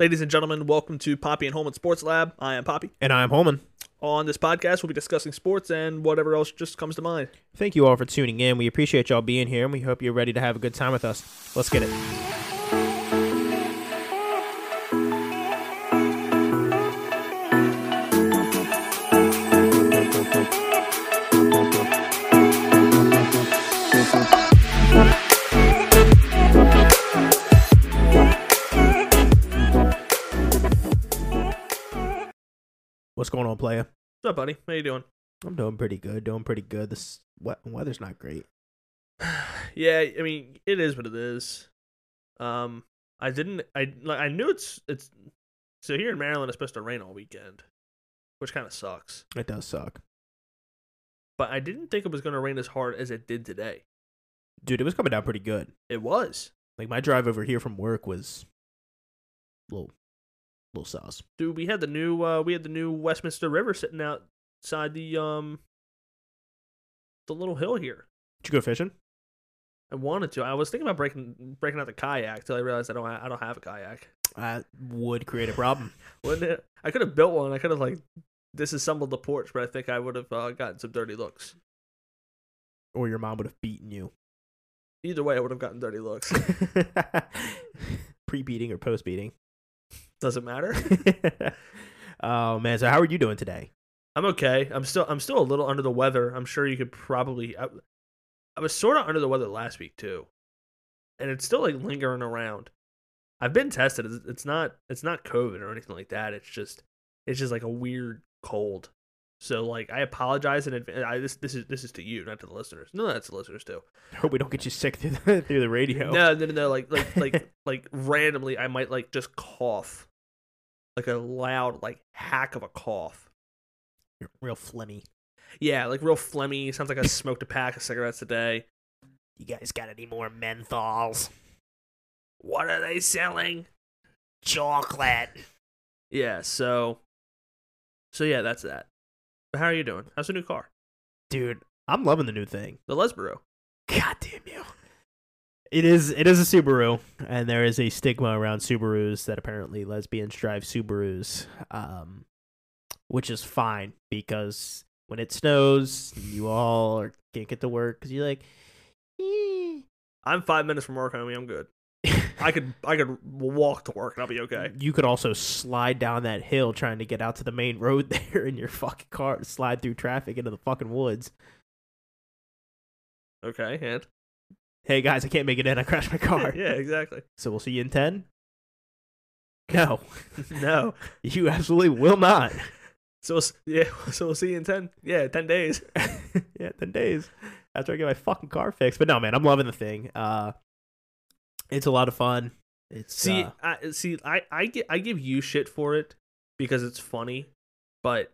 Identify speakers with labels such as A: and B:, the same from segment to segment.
A: Ladies and gentlemen, welcome to Poppy and Holman Sports Lab. I am Poppy.
B: And I'm Holman.
A: On this podcast, we'll be discussing sports and whatever else just comes to mind.
B: Thank you all for tuning in. We appreciate y'all being here, and we hope you're ready to have a good time with us. Let's get it. What's going on, player?
A: What's up, buddy? How you doing?
B: I'm doing pretty good. Doing pretty good. This we- weather's not great.
A: Yeah, I mean, it is what it is. Um, I didn't. I like, I knew it's it's. So here in Maryland, it's supposed to rain all weekend, which kind of sucks.
B: It does suck,
A: But I didn't think it was going to rain as hard as it did today.
B: dude. It was coming down pretty good.
A: It was,
B: Like my drive over here from work was a little, little sauce.
A: dude. We had the new uh, we had the new Westminster River sitting outside the um the little hill here.
B: Did you go fishing?
A: I wanted to. I was thinking about breaking breaking out the kayak till I realized I don't ha- I don't have a kayak.
B: That would create a problem.
A: Wouldn't it? I could have built one. I could have like disassembled the porch, but I think I would have uh, gotten some dirty looks.
B: or your mom would have beaten you.
A: Either way, I would have gotten dirty looks.
B: Pre beating or post beating.
A: Doesn't matter.
B: oh man, so how are you doing today?
A: I'm okay. I'm still I'm still a little under the weather. I'm sure you could probably. I, I was sort of under the weather last week too, and it's still like lingering around. I've been tested. It's, it's not it's not COVID or anything like that. It's just it's just like a weird cold. So like I apologize in advance. I, this this is this is to you, not to the listeners. No, that's the listeners too.
B: Hope we don't get you sick through the, through the radio.
A: No, no, no, no. Like, like, like, like randomly, I might like just cough, like a loud, like hack of a cough.
B: You're real phlegmy.
A: Yeah, like real phlegmy. Sounds like I smoked a pack of cigarettes a day.
B: You guys got any more menthols?
A: What are they selling?
B: Chocolate.
A: Yeah. So, so yeah, that's that. But how are you doing? How's the new car?
B: Dude, I'm loving the new thing.
A: The Lesboro.
B: God damn you. It is it is a Subaru, and there is a stigma around Subarus that apparently lesbians drive Subarus, um, which is fine because when it snows, you all are, can't get to work because you're like, "Eh."
A: I'm five minutes from work, homie. I'm good. I could, I could walk to work and I'll be okay.
B: you could also slide down that hill trying to get out to the main road there in your fucking car, slide through traffic into the fucking woods.
A: Okay, and
B: Hey guys, I can't make it in. I crashed my car.
A: yeah, exactly.
B: So we'll see you in ten. No,
A: No.
B: you absolutely will not.
A: So we'll s- yeah, so we'll see you in ten. Yeah, ten days.
B: yeah, ten days after I get my fucking car fixed. But no, man, I'm loving the thing. Uh, it's a lot of fun. It's
A: See,
B: uh,
A: I, see, I, I, gi- I give you shit for it because it's funny, but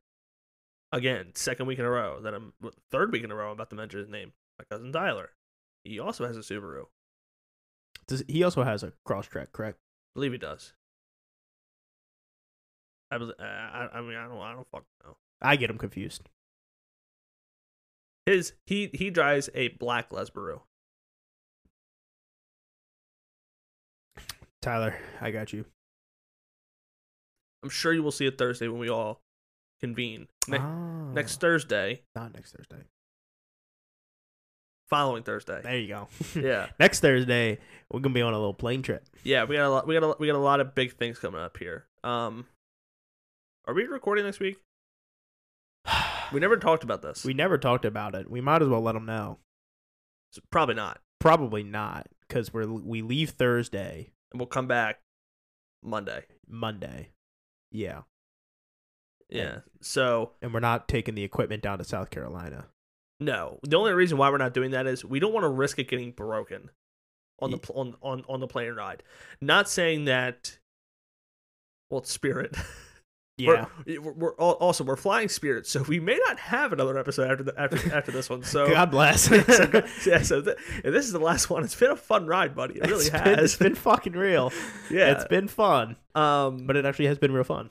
A: again, second week in a row that I'm well, third week in a row I'm about to mention his name, my cousin Tyler. He also has a Subaru. I
B: does, he also has a cross track, correct?
A: believe he does. I, bel- I, I- I mean, I don't, I don't fucking know.
B: I get him confused.
A: His, he, he drives a black Lesbaru.
B: Tyler, I got you.
A: I'm sure you will see it Thursday when we all convene. Ne-
B: Ah,
A: Next Thursday,
B: not next Thursday.
A: following Thursday.
B: There you go.
A: Yeah.
B: next Thursday, we're gonna be on a little plane trip.
A: Yeah, we got a lot. We got a, we got a lot of big things coming up here. Um, are we recording next week? We never talked about this.
B: we never talked about it. We might as well let them know.
A: So probably not.
B: Probably not because we're we leave Thursday,
A: And we'll come back Monday.
B: Monday. Yeah,
A: Yeah.
B: Yeah.
A: So
B: and we're not taking the equipment down to South Carolina.
A: no, the only reason why we're not doing that is we don't want to risk it getting broken on the
B: Ye-
A: pl- on on on the plane ride. Not saying that. Well, it's Spirit.
B: Yeah,
A: We're, we're, we're al- also we're flying Spirit, so we may not have another episode after the, after after this one. So
B: God bless.
A: so, yeah, so th- and this is the last one. It's been a fun ride, buddy. It really
B: It's
A: has.
B: Been, it's been fucking real.
A: yeah.
B: It's been fun,
A: um,
B: but it actually has been real fun.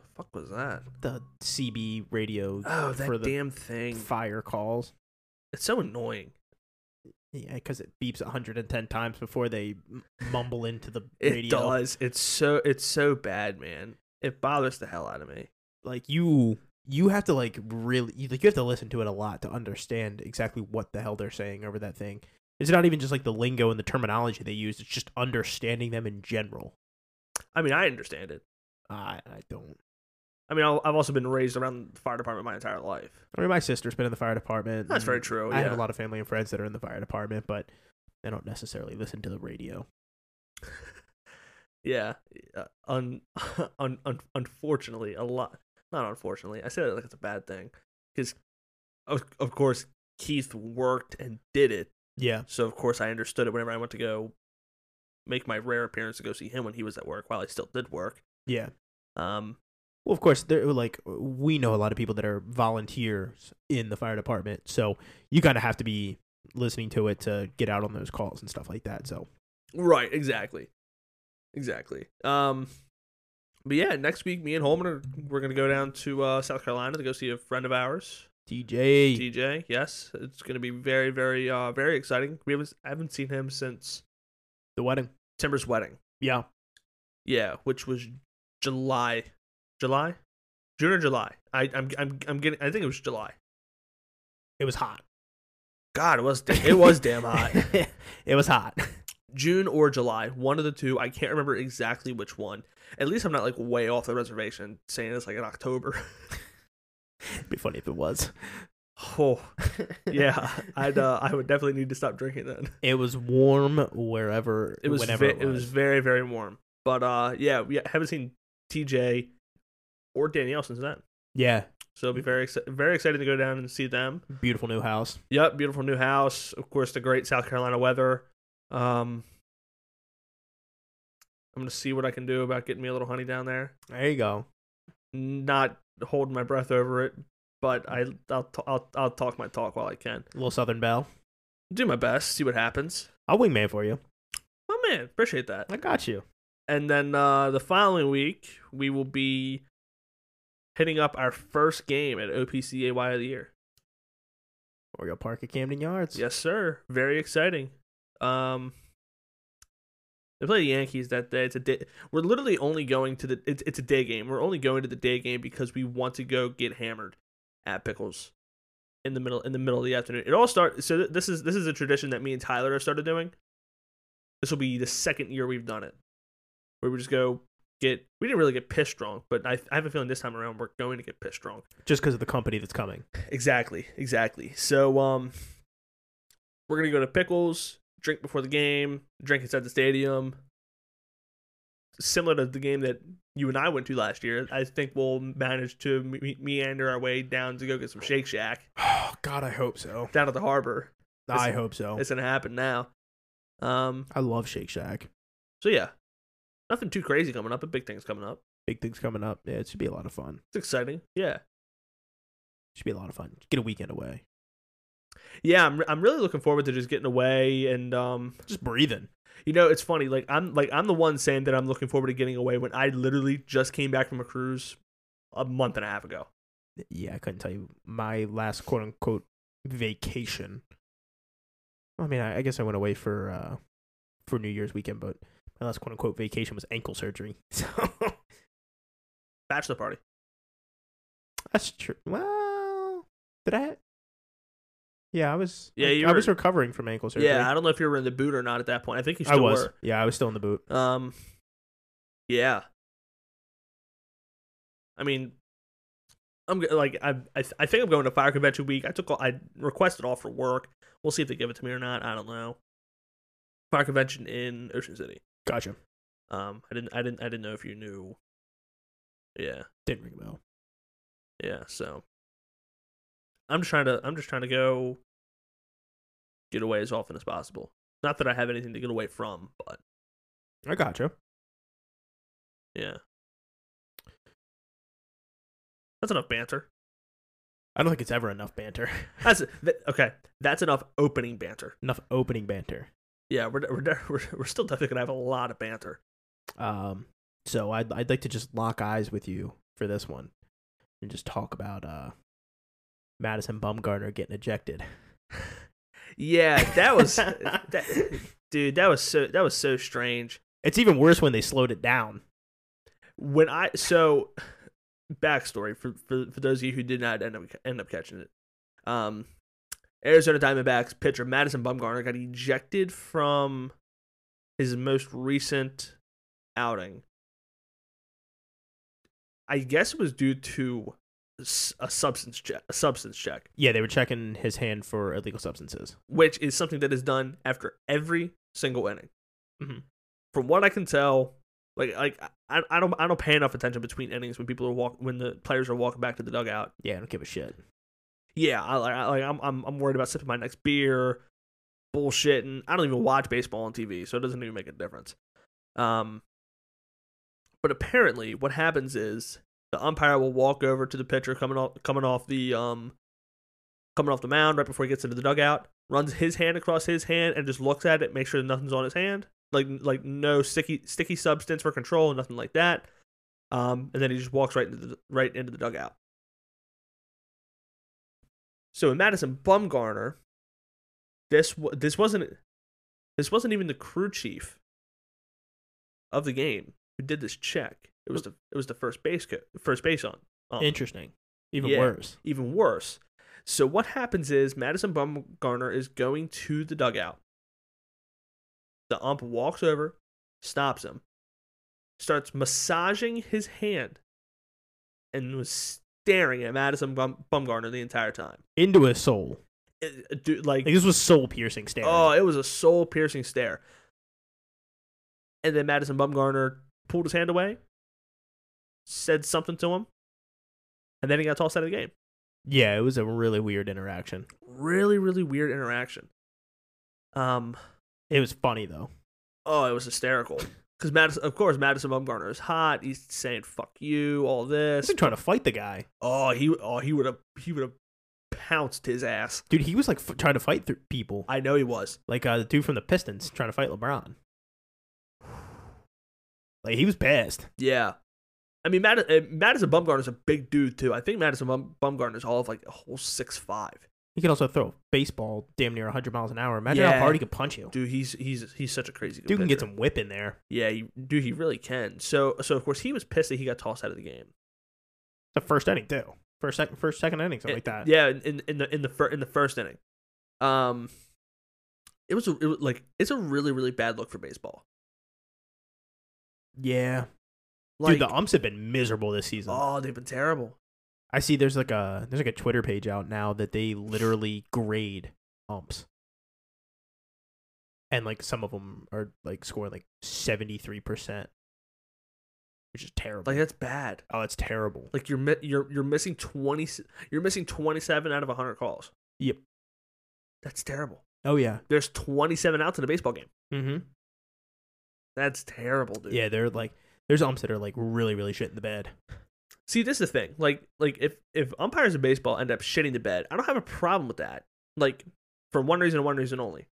A: the fuck was that?
B: The CB radio
A: Oh, that
B: for the
A: damn thing.
B: fire calls.
A: It's so annoying.
B: Yeah, because it beeps 110 times before they m- mumble into the
A: It
B: radio.
A: does. It's so it's so bad, man. It bothers the hell out of me.
B: Like you, you have to like really, you, like you have to listen to it a lot to understand exactly what the hell they're saying over that thing. It's not even just like the lingo and the terminology they use. It's just understanding them in general.
A: I mean, I understand it.
B: I, I don't.
A: I mean, I'll, I've also been raised around the fire department my entire life.
B: I mean, my sister's been in the fire department.
A: That's
B: and
A: very true.
B: I
A: yeah.
B: have a lot of family and friends that are in the fire department, but they don't necessarily listen to the radio.
A: Yeah. Uh, un, un, un, unfortunately, a lot. Not unfortunately. I say that like it's a bad thing. Because, of, of course, Keith worked and did it.
B: Yeah.
A: So, of course, I understood it whenever I went to go make my rare appearance to go see him when he was at work while I still did work.
B: Yeah.
A: Um,
B: Well, of course, there like we know a lot of people that are volunteers in the fire department, so you kind of have to be listening to it to get out on those calls and stuff like that. So
A: Right, exactly. Exactly. Um but yeah, next week me and Holman are we're gonna go down to uh South Carolina to go see a friend of ours,
B: DJ,
A: DJ. Yes. It's gonna be very, very uh very exciting. We haven't I haven't seen him since
B: the wedding,
A: Timber's wedding.
B: yeah,
A: Yeah, which was July. July? June or July. I, I'm I'm I'm getting I think it was July.
B: it was hot.
A: God, it was da- it was damn hot.
B: it was hot.
A: June or July, one of the two. I can't remember exactly which one. At least I'm not like way off the reservation saying it's like in October.
B: It'd be funny if it was.
A: Oh yeah, I'd uh, I would definitely need to stop drinking then.
B: It was warm wherever.
A: It was
B: whenever
A: ve- it, was. very very warm, but uh yeah we haven't seen TJ or Danielle since then,
B: Yeah,
A: so it'll be very exci- very excited to go down and see them.
B: beautiful new house.
A: Yep, beautiful new house, of course the great South Carolina weather. Um, I'm gonna see what I can do about getting me a little honey down there.
B: There you go.
A: Not holding my breath over it, but I I'll t- I'll, I'll talk my talk while I can.
B: little Southern Belle.
A: Do my best, see what happens.
B: I'll wingman for you.
A: Oh man, appreciate that.
B: I got you.
A: and then uh, the following week we will be hitting up our first game at OPCAY of the year.
B: Oriole Park at Camden Yards.
A: Yes, sir. Very exciting. Um, they play the Yankees that day. It's a day. We're literally only going to the. It's it's a day game. We're only going to the day game because we want to go get hammered at Pickles in the middle in the middle of the afternoon. It all starts. So th- this is this is a tradition that me and Tyler have started doing. This will be the second year we've done it, where we just go get. We didn't really get pissed drunk, but I I have a feeling this time around we're going to get pissed drunk.
B: Just because of the company that's coming.
A: Exactly, exactly. So um we're gonna go to Pickles, drink before the game, drink inside the stadium. Similar to the game that you and I went to last year, I think we'll manage to me- meander our way down to go get some Shake Shack
B: Oh God, I hope so.
A: down at the harbor.
B: I
A: It's-
B: hope so.
A: It's gonna happen now. Um.
B: I love Shake Shack.
A: So yeah, nothing too crazy coming up, but big things coming up.
B: Big things coming up. Yeah, it should be a lot of fun.
A: It's exciting. Yeah,
B: Should be a lot of fun. Get a weekend away.
A: yeah. I'm re- I'm really looking forward to just getting away and um
B: Just breathing.
A: You know, it's funny. Like I'm like I'm the one saying that I'm looking forward to getting away when I literally just came back from a cruise a month and a half ago.
B: Yeah, I couldn't tell you my last quote unquote vacation. I mean, I, I guess I went away for uh for New Year's weekend, but my last quote unquote vacation was ankle surgery. So
A: Bachelor party.
B: that's true. Well, did I? Yeah, I was.
A: Yeah,
B: I,
A: you
B: I
A: were-
B: was recovering from ankle surgery.
A: Yeah, I don't know if you were in the boot or not at that point. I think you
B: I
A: still
B: was. Yeah, I was still in the boot.
A: were. Um, yeah. I mean, I'm g- like I I, th- I think I'm going to fire convention week. I took all, I requested off for work. We'll see if they give it to me or not. I don't know. Fire convention in Ocean City.
B: Gotcha.
A: Um, I didn't I didn't I didn't know if you knew. Yeah.
B: Didn't ring a bell.
A: Yeah, so I'm just trying to I'm just trying to go get away as often as possible. Not that I have anything to get away from, but
B: I gotcha.
A: yeah. That's enough banter.
B: I don't think it's ever enough banter.
A: That's th- okay. That's enough opening banter.
B: enough opening banter.
A: Yeah, we're we're de- we're, we're still definitely gonna have a lot of banter.
B: Um, so I'd I'd like to just lock eyes with you for this one, and just talk about uh, Madison Bumgarner getting ejected.
A: Yeah, that was that, dude, that was so that was so strange.
B: It's even worse when they slowed it down.
A: When I so backstory for for, for those of you who did not end up end up catching it. Um Arizona Diamondbacks pitcher Madison Bumgarner got ejected from his most recent outing. I guess it was due to s- a substance check, a substance check,
B: Yeah, they were checking his hand for illegal substances.
A: which is something that is done after every single inning.
B: Mhm.
A: From what I can tell, like like I, I don't I don't pay enough attention between innings when people are walk when the players are walking back to the dugout.
B: Yeah, I don't give a shit.
A: yeah, I, like- I, like I'm, I'm I'm worried about sipping my next beer, bullshit, and I don't even watch baseball on TV, so it doesn't even make a difference. Um, but apparently, what happens is the umpire will walk over to the pitcher coming off coming off the um coming off the mound right before he gets into the dugout, runs his hand across his hand, and just looks at it, make sure that nothing's on his hand, like like no sticky sticky substance for control, nothing like that. Um, and then he just walks right into the right into the dugout. So in Madison Bumgarner, this wa- this wasn't this wasn't even the crew chief of the game who did this check. It was the it was the first base co- first base on. um,
B: Interesting. Even
A: yeah.
B: worse.
A: even worse. So what happens is Madison Bumgarner is going to the dugout. The ump walks over, stops him, starts massaging his hand, and was staring at Madison Bum- Bumgarner the entire time
B: Into his soul.
A: it, dude, like,
B: Like this was soul piercing staring.
A: oh, it was a soul piercing stare. And then Madison Bumgarner pulled his hand away, said something to him, and then he got tossed out of the game.
B: Yeah, it was a really weird interaction.
A: Really, really weird interaction. Um,
B: It was funny though.
A: oh, it was hysterical. Because Madison, of course, Madison Bumgarner is hot. He's saying "fuck you," all
B: He's
A: this.
B: like trying to fight the guy,
A: Oh, he, oh, he would have, he would have pounced his ass.
B: dude. He was like f- trying to fight through people,
A: I know he was.
B: like uh, the dude from the Pistons trying to fight LeBron. Like he was pissed.
A: Yeah. I mean, Mad- uh, Madison Bumgarner's a big dude, too. I think Madison Bum- Bumgarner's all of like a whole six five.
B: He could also throw a baseball damn near 100 miles an hour. Imagine
A: Yeah.
B: how hard he could punch you. Dude,
A: Dude, he's he's he's such a crazy good
B: can get
A: pitcher.
B: some whip in there.
A: Yeah, he, dude, he really can. So, so of course, he was pissed that he got tossed out of the game.
B: The first inning too. First second, first second inning, something like
A: In-
B: that.
A: Yeah, in in the in the fir- in the first inning, um, it was, a, it was like it's a really really bad look for baseball.
B: yeah.
A: Like,
B: Dude, the umps have been miserable this season.
A: oh, they've been terrible.
B: I see. There's like a there's like a Twitter page out now that they literally grade umps, and like some of them are like scoring like 73 percent, which is terrible.
A: Like that's bad.
B: oh, it's terrible.
A: Like you're mi- you're you're missing twenty. You're missing twenty seven out of hundred calls.
B: Yep.
A: That's terrible.
B: Oh yeah.
A: there's 27 outs in a baseball game.
B: Mm-hmm.
A: That's terrible, dude.
B: Yeah, they're like there's umps that are like really really shit in the bed.
A: See, this is the thing. Like, like if if umpires in baseball end up shitting the bed, I don't have a problem with that. Like, for one reason and one reason only.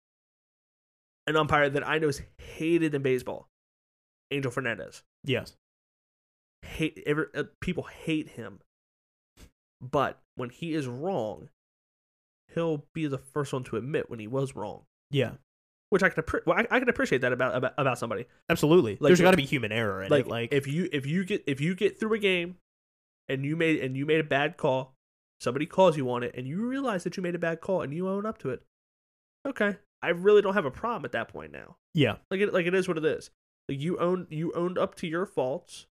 A: An umpire that I know is hated in baseball, Angel Fernandez.
B: Yes.
A: Hate every, uh, people hate him. But when he is wrong, he'll be the first one to admit when he was wrong,
B: Yeah.
A: which I can appre- well, I, I can appreciate that about about, about somebody.
B: Absolutely.
A: Like,
B: there's
A: if-
B: got to be human error in
A: like,
B: it. Like
A: if you if you get if you get through a game and you made and you made a bad call somebody calls you on it and you realize that you made a bad call and you own up to it okay i really don't have a problem at that point now
B: yeah,
A: like it like it is what it is like you own you owned up to your faults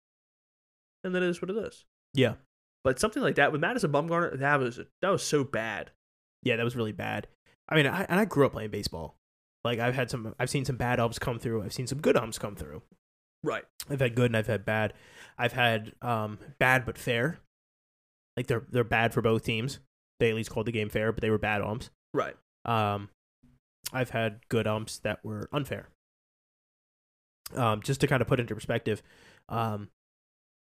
A: and that is what it is
B: yeah,
A: but something like that with madison bumgarner that was that was so bad
B: yeah. That was really bad. I mean, I, and I grew up playing baseball. Like I've had some, I've seen some bad umps come through. I've seen some good umps come through.
A: right
B: I've had good and I've had bad. I've had um, bad but fair. Like they're they're bad for both teams. They at least called the game fair, but they were bad umps.
A: right
B: Um, I've had good umps that were unfair. Um, just to kind of put into perspective, um,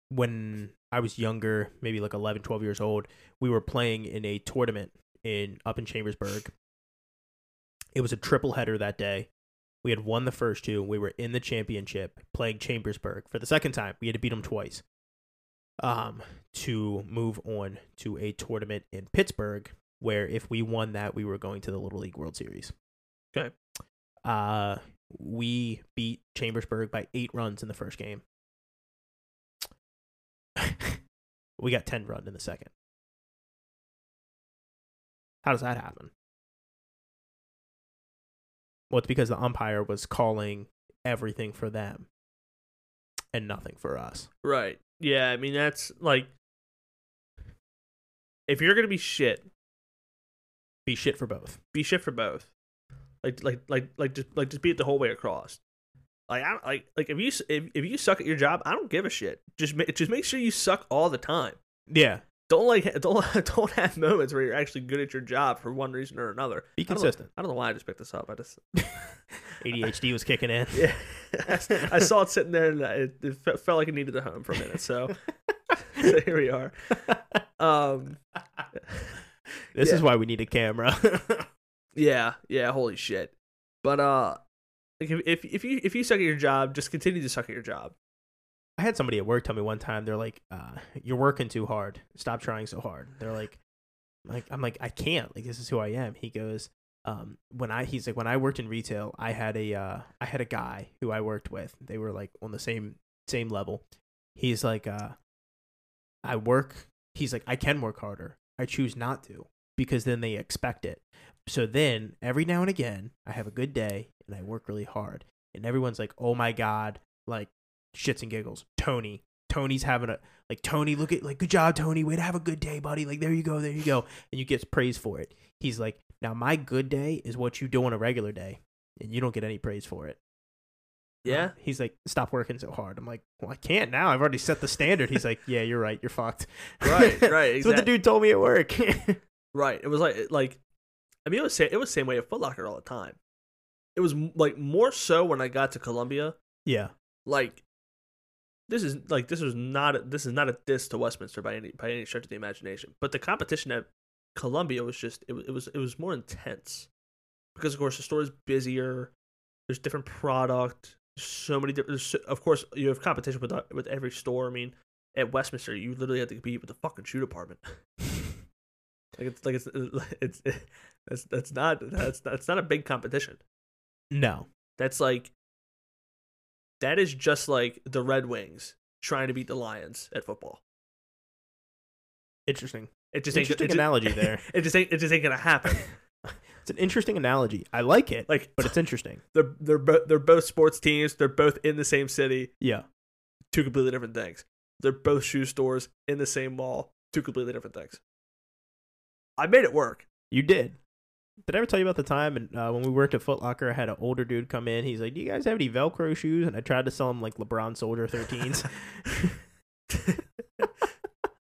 B: when I was younger, maybe like 11, 12 years old, we were playing in a tournament in up in Chambersburg. It was a triple header that day. We had won the first two. We were in the championship playing Chambersburg for the second time. We had to beat them twice um, to move on to a tournament in Pittsburgh where if we won that, we were going to the Little League World Series.
A: Okay.
B: Uh, we beat Chambersburg by eight runs in the first game. we got 10 run in the second. How does that happen? Well, it's because the umpire was calling everything for them and nothing for us.
A: Right. Yeah, I mean that's like if you're gonna be shit,
B: Be shit for both.
A: be shit for both. Like like like like just like just be it the whole way across. Like I like like if you s- if, if you suck at your job, I don't give a shit. Just ma- just make sure you suck all the time.
B: Yeah.
A: Don't like don't don't have moments where you're actually good at your job for one reason or another. I
B: Be
A: don't know-
B: consistent.
A: I don't know why I just picked this up. I just
B: ADHD was kicking in.
A: yeah, I saw it sitting there and it, it fe- felt like it needed a home for a minute. So so here we are. Um,
B: This
A: Yeah.
B: is why we need a camera.
A: yeah, yeah, holy shit. But uh, like if, if if you if you suck at your job, just continue to suck at your job.
B: I had somebody at work tell me one time, they're like, uh, "You're working too hard. Stop trying so hard." They're like, "Like I'm like I can't. Like this is who I am." He goes, um, "When I he's like when I worked in retail, I had a uh, I had a guy who I worked with. They were like on the same same level. He's like, uh, I work. He's like, I can work harder. I choose not to because then they expect it. So then every now and again, I have a good day and I work really hard, and everyone's like, "Oh my god!" Like shits and giggles. Tony. Tony's having a like Tony, look at like good job, Tony. Way to have a good day, buddy. Like there you go, there you go. And you get praise for it. He's like, now my good day is what you do on a regular day, and you don't get any praise for it.
A: Yeah,
B: Uh, he's like, stop working so hard. I'm like, well, I can't now. I've already set the standard. He's like, yeah, you're right. You're fucked.
A: right,
B: That's
A: right,
B: what the
A: exact-
B: dude told me at work.
A: right. It was like like, I mean, it was sa- it was same way at Foot Locker all the time. It was m- like more so when I got to Columbia.
B: yeah,
A: Like, this is like this was not a, this is not a diss to Westminster by any by any stretch of the imagination. But the competition at Columbia was just it, wa- it was it was more intense because of course the store is busier. There's different product. There's so many different. So, of course, you have competition with uh, with every store. I mean, at Westminster, you literally have to compete with the fucking shoe department. Like it's like it's it's that's that's not that's that's not a big competition.
B: no,
A: That's like that is just like the Red Wings trying to beat the Lions at football.
B: interesting.
A: It just ain't
B: Interesting
A: it just-
B: analogy there.
A: It just ain't it just ain't gonna happen.
B: It's an interesting analogy. I like it,
A: Like
B: but it's interesting.
A: they're they're both they're both sports teams. They're both in the same city.
B: Yeah,
A: Two completely different things. They're both shoe stores in the same mall. Two completely different things. I made it work.
B: You did. Did I ever tell you about the time and uh, when we worked at Foot Locker? I had an older dude come in. He's like, "Do you guys have any Velcro shoes?" And I tried to sell him like LeBron Soldier 13s.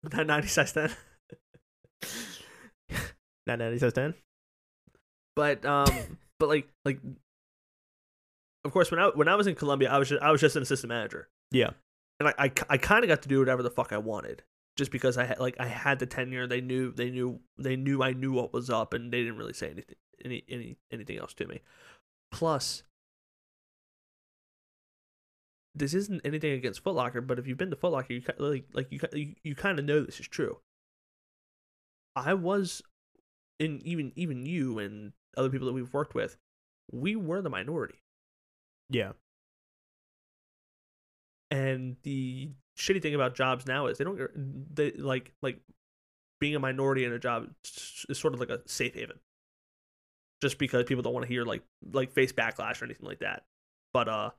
A: That ninety size ten.
B: Not that he says ten.
A: But um, but like like, of course, when I when I was in Columbia, I was just, I was just an assistant manager.
B: Yeah.
A: and I I, kind of got to do whatever the fuck I wanted, just because I had like I had the tenure. They knew they knew they knew I knew what was up, and they didn't really say anything any any anything else to me. Plus. This isn't anything against Foot Locker, but if you've been to Foot Locker, you ki- like like you ki- you, you kind of know this is true. I was and even even you and other people that we've worked with, we were the minority.
B: Yeah,
A: And the shitty thing about jobs now is they don't get- they like like being a minority in a job s- is sort of like a safe haven. Just because people don't want to hear like like face backlash or anything like that. But uh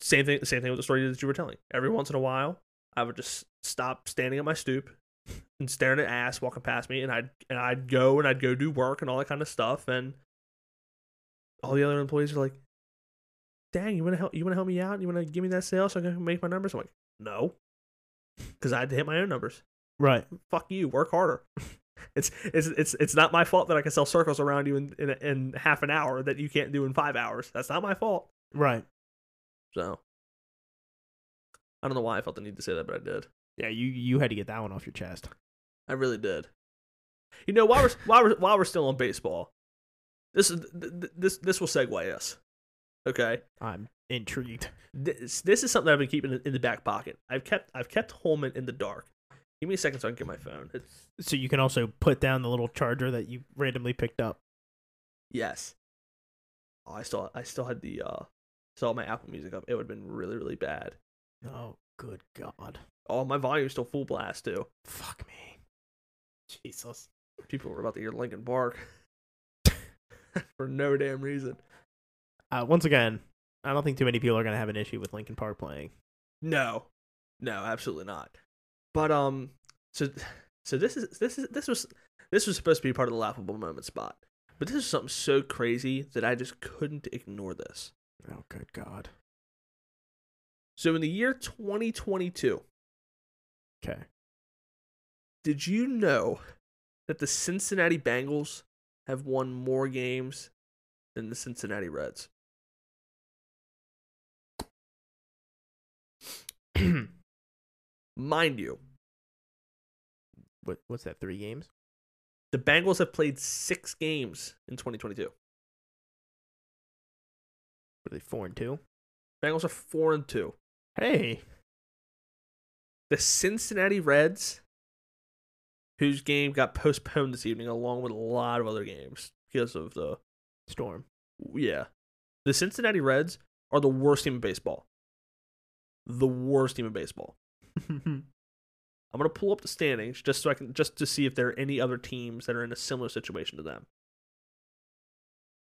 A: same thing same thing with the story that you were telling. Every once in a while, I would just stop standing at my stoop and staring at ass walking past me and I'd and I'd go and I'd go do work and all that kind of stuff and all the other employees are like, Dang, you wanna help you wanna help me out? You wanna give me that sale so I can make my numbers? I'm like, No. Cause I had to hit my own numbers.
B: right.
A: Fuck you, work harder. It's it's it's it's not my fault that I can sell circles around you in in, in half an hour that you can't do in five hours. That's not my fault.
B: Right.
A: So I don't know why I felt the need to say that, but I did.
B: Yeah, you you had to get that one off your chest.
A: I really did. You know, while we're while we're while we're still on baseball, this is th- th- this this will segue us. Okay,
B: I'm intrigued.
A: this this is something I've been keeping in the back pocket. I've kept I've kept Holman in the dark Give me a second so I can get my phone. It's
B: So you can also put down the little charger that you randomly picked up.
A: yes. Oh, I still I still had the uh still had my Apple Music up. It would have been really really bad.
B: Oh, good God.
A: Oh, my volume's still full blast too.
B: Fuck me. Jesus.
A: People were about to hear Lincoln bark for no damn reason.
B: Uh, once again, I don't think too many people are going to have an issue with Lincoln Park playing.
A: No, no, absolutely not. But um, so so this is this is this was this was supposed to be part of the laughable moment spot, but this is something so crazy that I just couldn't ignore this.
B: Oh, good God.
A: So in the year 2022,
B: Okay.
A: did you know that the Cincinnati Bengals have won more games than the Cincinnati Reds? Mind you,
B: what, what's that, three games?
A: the Bengals have played six games in 2022.
B: What are they, four and two?
A: Bengals are four and two.
B: Hey.
A: the Cincinnati Reds, whose game got postponed this evening, along with a lot of other games because of the
B: Storm.
A: yeah, the Cincinnati Reds are the worst team in baseball. The worst team in baseball. I'm gonna pull up the standings just so I can just to see if there are any other teams that are in a similar situation to them.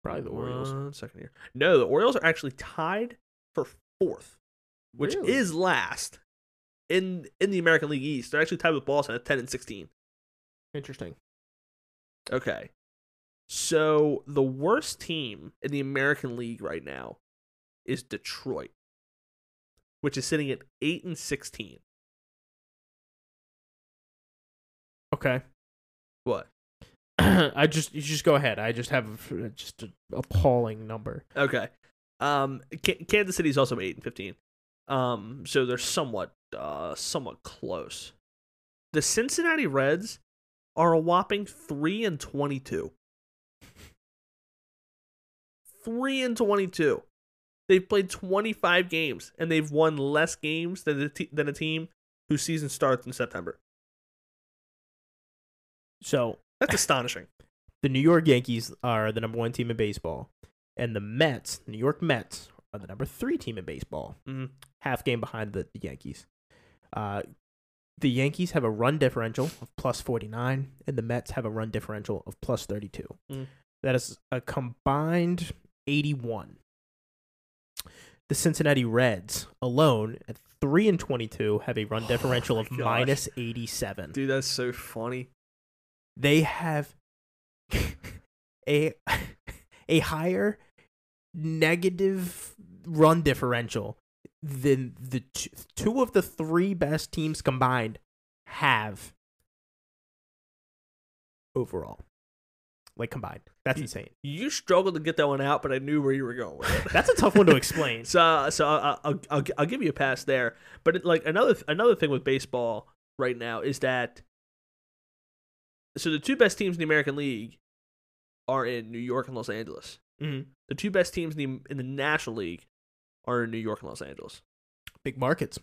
B: Probably the Orioles.
A: One second here. No, the Orioles are actually tied for fourth, which
B: Really?
A: is last in in the American League East. They're actually tied with Boston at ten and sixteen.
B: Interesting.
A: Okay. So the worst team in the American League right now is Detroit, which is sitting at eight and sixteen.
B: Okay.
A: What?
B: I just you just go ahead. I just have a- just an appalling number.
A: Okay. Um, K- Kansas City is also eight and fifteen. Um, so they're somewhat, uh, somewhat close. The Cincinnati Reds are a whopping three and twenty-two. Three and twenty-two. They've played twenty-five games and they've won less games than the te- than a team whose season starts in September.
B: So
A: That's astonishing.
B: the New York Yankees are the number one team in baseball, and the Mets, New York Mets, are the number three team in baseball,
A: Mhm.
B: half game behind the, the Yankees. Uh, the Yankees have a run differential of plus forty nine, and the Mets have a run differential of plus thirty two.
A: Mm.
B: That is a combined eighty one. The Cincinnati Reds alone at three and twenty two have a run
A: Oh
B: differential
A: my
B: of
A: gosh.
B: minus eighty seven
A: Dude, that's so funny.
B: they have a a higher negative run differential than the t- two of the three best teams combined have overall like combined that's
A: You-
B: insane
A: You struggled to get that one out, but I knew where you were going with it.
B: that's a tough one to explain
A: So, so I'll, I'll, I'll, I'll give you a pass there. But it, like another another thing with baseball right now is that so the two best teams in the American League are in New York and Los Angeles.
B: Mhm.
A: The two best teams in the in the National League are in New York and Los Angeles.
B: big markets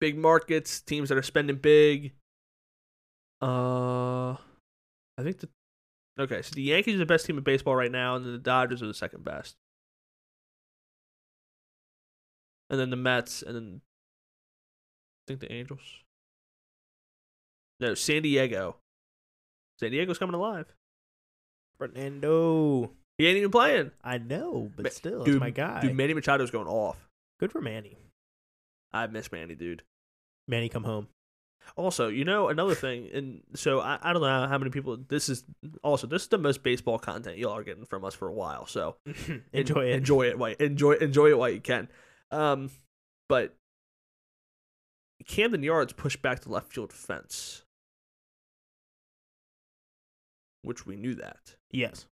A: Big markets, teams that are spending big. Uh, I think the okay. So the Yankees are the best team in baseball right now, and then the Dodgers are the second best. And then the Mets, and then I think the Angels. No, San Diego. San Diego's coming alive.
B: fernando
A: He ain't even playing.
B: i know but
A: Ma-
B: still
A: dude,
B: it's my guy
A: Dude, Manny Machado's going off.
B: good for manny
A: I miss Manny, dude.
B: manny come home
A: Also, you know another thing, and so I, I don't know how many people. This is also this is the most baseball content y'all are getting from us for a while. So en-
B: enjoy it
A: enjoy it, while enjoy enjoy it while you can. Um, but Camden Yards pushed back the left field fence, which we knew that
B: yes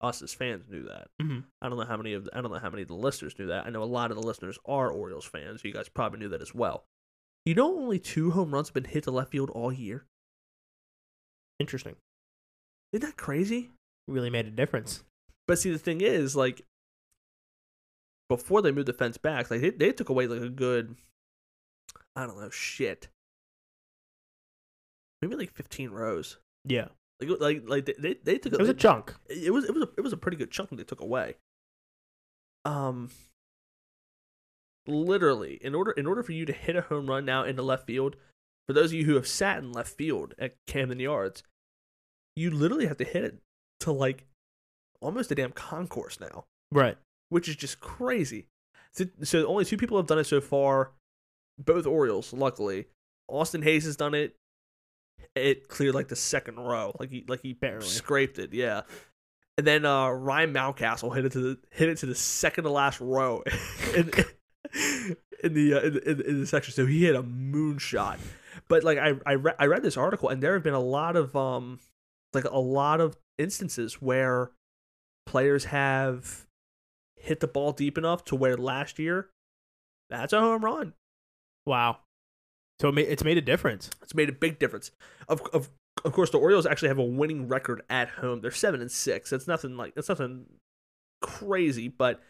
A: us as fans knew that.
B: Mhm.
A: I don't know how many of the, I don't know how many of the listeners knew that. I know a lot of the listeners are Orioles fans. You guys probably knew that as well. You know, only two home runs have been hit to left field all year.
B: interesting
A: Isn't that crazy?
B: really made a difference
A: But see, the thing is, like, before they moved the fence back, like they, they took away like a good, I don't know, shit, maybe like 15 rows.
B: Yeah,
A: Like like like they they, they took
B: it was a
A: they-
B: chunk.
A: it was it was a, it was a pretty good chunk they took away. Um, literally, in order in order for you to hit a home run now into left field, for those of you who have sat in left field at Camden Yards, you literally have to hit it to like almost a damn concourse now,
B: Right.
A: which is just crazy. So, so only two people have done it so far, both Orioles. Luckily, Austin Hayes has done it. It cleared like the second row, like he like he
B: Barely.
A: scraped it, yeah. And then uh, Ryan Mountcastle hit it to the hit it to the second to last row in, in the uh, in, the- in, the- in the section. So he hit a moonshot. But like I I, re- I read this article and there have been a lot of um like a lot of instances where players have hit the ball deep enough to where last year that's a home run.
B: Wow. So it ma- it's made a difference.
A: It's made a big difference. Of of of course, the Orioles actually have a winning record at home. They're seven and six. It's nothing like it's nothing crazy, but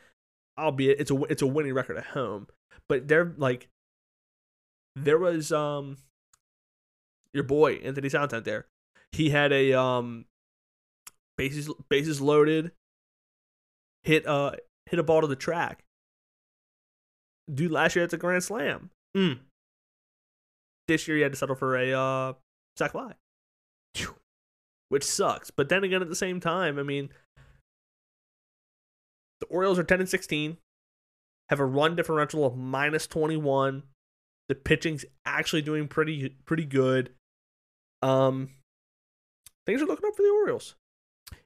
A: albeit it's a it's a winning record at home. But they're like there was um your boy Anthony Soundtown there. He had a um bases bases loaded hit uh hit a ball to the track. Dude, last year that's a grand slam
B: Mm.
A: this year you had to settle for a uh, sack fly,
B: Phew.
A: which sucks. But then again, at the same time, I mean, the Orioles are ten and sixteen, have a run differential of minus twenty one. The pitching's actually doing pretty pretty good. Um, things are looking up for the Orioles.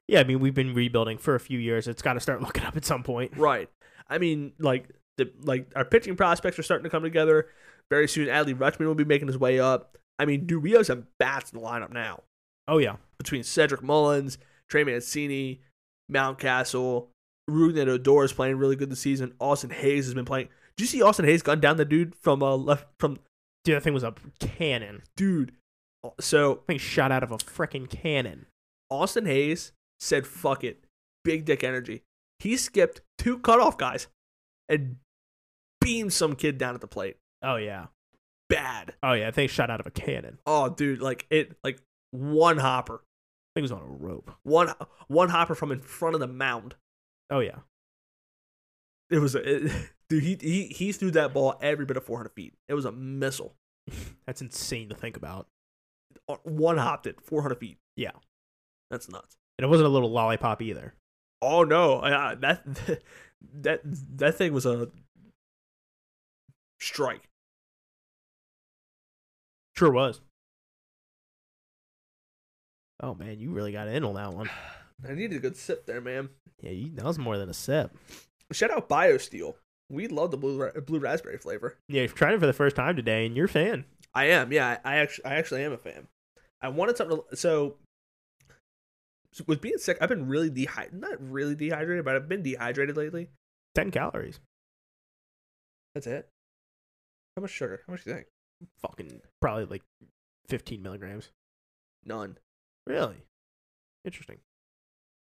B: Yeah, I mean we've been rebuilding for a few years. It's got to start looking up at some point.
A: Right. I mean, like the like our pitching prospects are starting to come together. Very soon, Adley Rutschman will be making his way up. I mean, do we have some bats in the lineup now?
B: Oh yeah.
A: between Cedric Mullins, Trey Mancini, Mountcastle, Rugnet Odor is playing really good this season. Austin Hayes has been playing. Did you see Austin Hayes gun down the dude from uh left from
B: Dude, that thing was a cannon.
A: dude? So
B: That thing shot out of a freaking cannon.
A: Austin Hayes said fuck it, big dick energy. He skipped two cutoff guys and beamed some kid down at the plate.
B: Oh yeah.
A: Bad.
B: Oh yeah, that thing shot out of a cannon.
A: Oh dude, like it like one hopper,
B: That thing was on a rope.
A: one one hopper from in front of the mound.
B: Oh yeah.
A: It was a it, dude. He, he he threw that ball every bit of 400 feet. It was a missile.
B: That's insane to think about.
A: Uh, One hopped it 400 feet.
B: Yeah.
A: that's nuts.
B: And it wasn't a little lollipop either.
A: Oh no, I, I- that that that thing was a strike.
B: Sure was. Oh man, you really got in on that one.
A: I needed a good sip there, man.
B: Yeah, you, that was more than a sip.
A: Shout out BioSteel. We love the blue ra- blue raspberry flavor.
B: Yeah, you've tried it for the first time today, and you're a fan.
A: I am. Yeah, I, I actually I actually am a fan. I wanted something to, so so with being sick, I've been really dehydrated. Not really dehydrated, but I've been dehydrated lately.
B: Ten calories.
A: That's it. How much sugar? How much do you think?
B: Fucking probably like fifteen milligrams.
A: None.
B: Really? Interesting.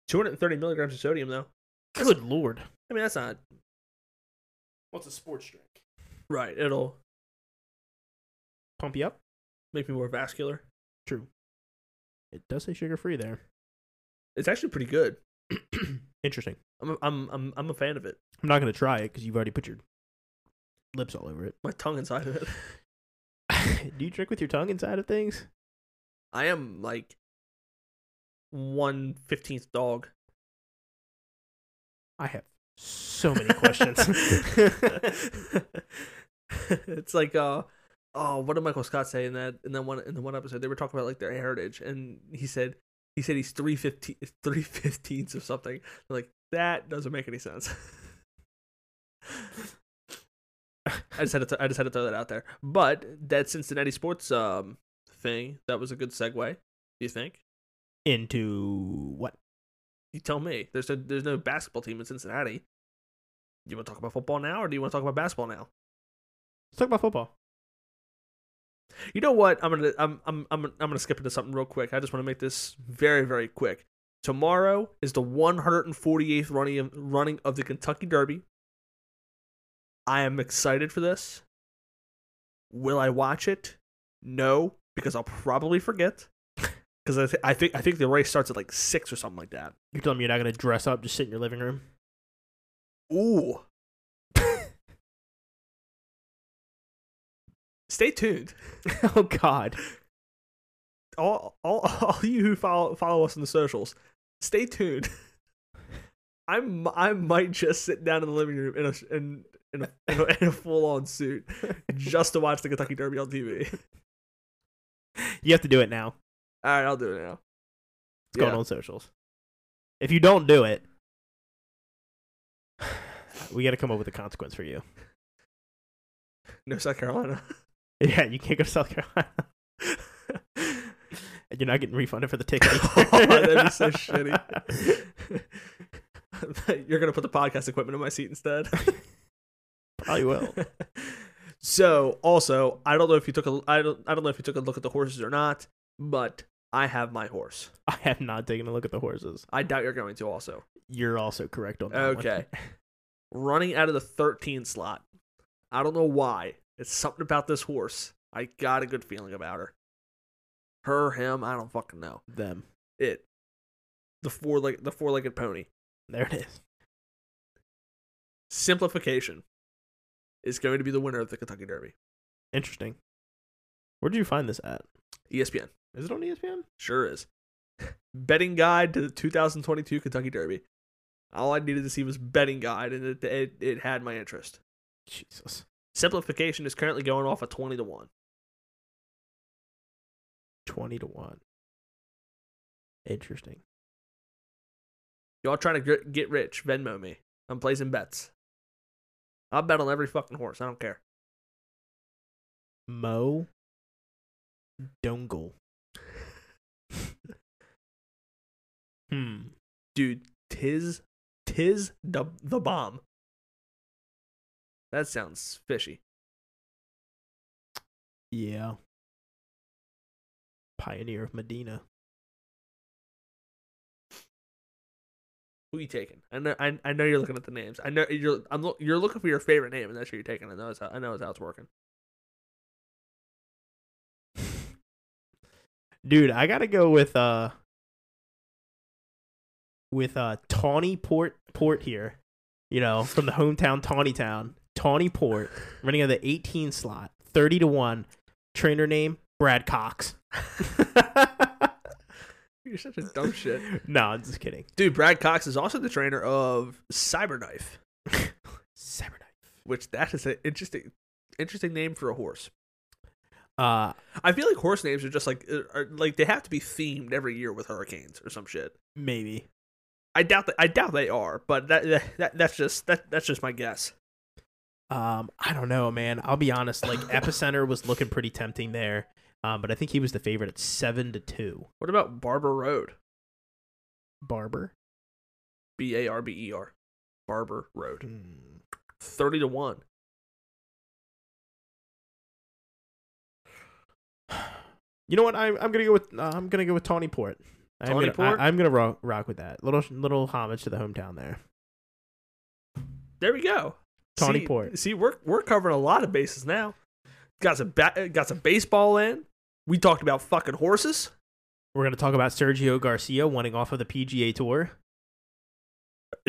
A: 230 milligrams of sodium, though.
B: Good lord.
A: I mean, that's not
B: What's a sports drink?
A: right. It'll
B: Pump you up.
A: make me more vascular.
B: True. It does say sugar free there.
A: It's actually pretty good.
B: Interesting.
A: I'm I'm I'm I'm a fan of it.
B: I'm not gonna try it because you've already put your lips all over it.
A: My tongue inside of it.
B: Do you drink with your tongue inside of things?
A: I am like one fifteenth dog.
B: I have so many questions.
A: it's like uh oh, what did Michael Scott say in that in that one in the one episode? They were talking about like their heritage, and he said he said he's three fifteen three fifteenths of something. I'm like that doesn't make any sense. I just had to th- I just had to throw that out there. But that Cincinnati sports um thing that was a good segue. Do you think?
B: Into what?
A: You tell me. There's no there's no basketball team in Cincinnati. You want to talk about football now, or do you want to talk about basketball now?
B: Let's talk about football.
A: You know what? I'm gonna I'm I'm I'm I'm gonna skip into something real quick. I just want to make this very very quick. Tomorrow is the 148th running of, running of the Kentucky Derby. I am excited for this. Will I watch it? No, because I'll probably forget. Because I, th- I think I think the race starts at like six or something like that.
B: You're telling me you're not gonna dress up, just sit in your living room?
A: Ooh. Stay tuned.
B: oh God.
A: all, all, all you who follow follow us on the socials, stay tuned. I'm I might just sit down in the living room in a in in a, in a, in a full on suit just to watch the Kentucky Derby on TV.
B: You have to do it now.
A: All right, I'll do it now.
B: It's going on socials. If you don't do it, we got to come up with a consequence for you.
A: No South Carolina.
B: Yeah, you can't go to South Carolina. and you're not getting refunded for the ticket.
A: Oh, that'd be so shitty. You're gonna put the podcast equipment in my seat instead.
B: Probably will.
A: So also, I don't know if you took a I don't I don't know if you took a look at the horses or not, but I have my horse.
B: I have not taken a look at the horses.
A: I doubt you're going to also.
B: You're also correct on that. one.
A: Okay. Running out of the 13 slot. I don't know why. It's something about this horse. I got a good feeling about her. Her, him, I don't fucking know.
B: Them.
A: It. The four leg the four legged pony.
B: There it is.
A: Simplification is going to be the winner of the Kentucky Derby.
B: Interesting. Where did you find this at?
A: ESPN.
B: Is it on E ESPN?
A: Sure is. betting guide to the 2022 Kentucky Derby. All I needed to see was betting guide, and it, it, it had my interest.
B: Jesus.
A: Simplification is currently going off a 20 to 1.
B: 20 to 1. Interesting.
A: Y'all trying to get- get rich, Venmo me. I'm placing bets. I'll bet on every fucking horse. I don't care.
B: Mo Dongle. hmm.
A: Dude, tis tis the, the bomb. That sounds fishy.
B: Yeah. Pioneer of Medina.
A: Who you taking? I know I, I know you're looking at the names. I know you're I'm look you're looking for your favorite name and that's what you're taking. I know it's how, I know it's how it's working.
B: Dude, I gotta go with uh with uh Tawny Port Port here. You know, from the hometown Tawny Town. Tawny Port, running on the 18 slot, 30 to 1. Trainer name, Brad Cox.
A: You're such a dumb shit.
B: no, I'm just kidding.
A: Dude, Brad Cox is also the trainer of Cyberknife,
B: Cyberknife.
A: which that is an interesting interesting name for a horse.
B: Uh
A: I feel like horse names are just like uh, are, like they have to be themed every year with hurricanes or some shit.
B: maybe.
A: I doubt that I doubt they are, but that, that, that that's just that that's just my guess.
B: Um, I don't know, man. I'll be honest. Like Epicenter was looking pretty tempting there, um, but I think he was the favorite at seven to two.
A: What about Barber Road?
B: Barber,
A: B A R B E R. Barber Road.
B: Hmm.
A: 30 to 1.
B: you know what? I, I'm gonna go with uh, I'm gonna go with Tawny Port. I'm
A: Tawny
B: gonna,
A: Port?
B: I, am gonna rock, rock with that little little homage to the hometown there.
A: There we go.
B: Tawny
A: see,
B: Port.
A: See, we're we're covering a lot of bases now. Got some ba- uh, got some baseball in. We talked about fucking horses.
B: We're gonna talk about Sergio Garcia winning off of the PGA Tour.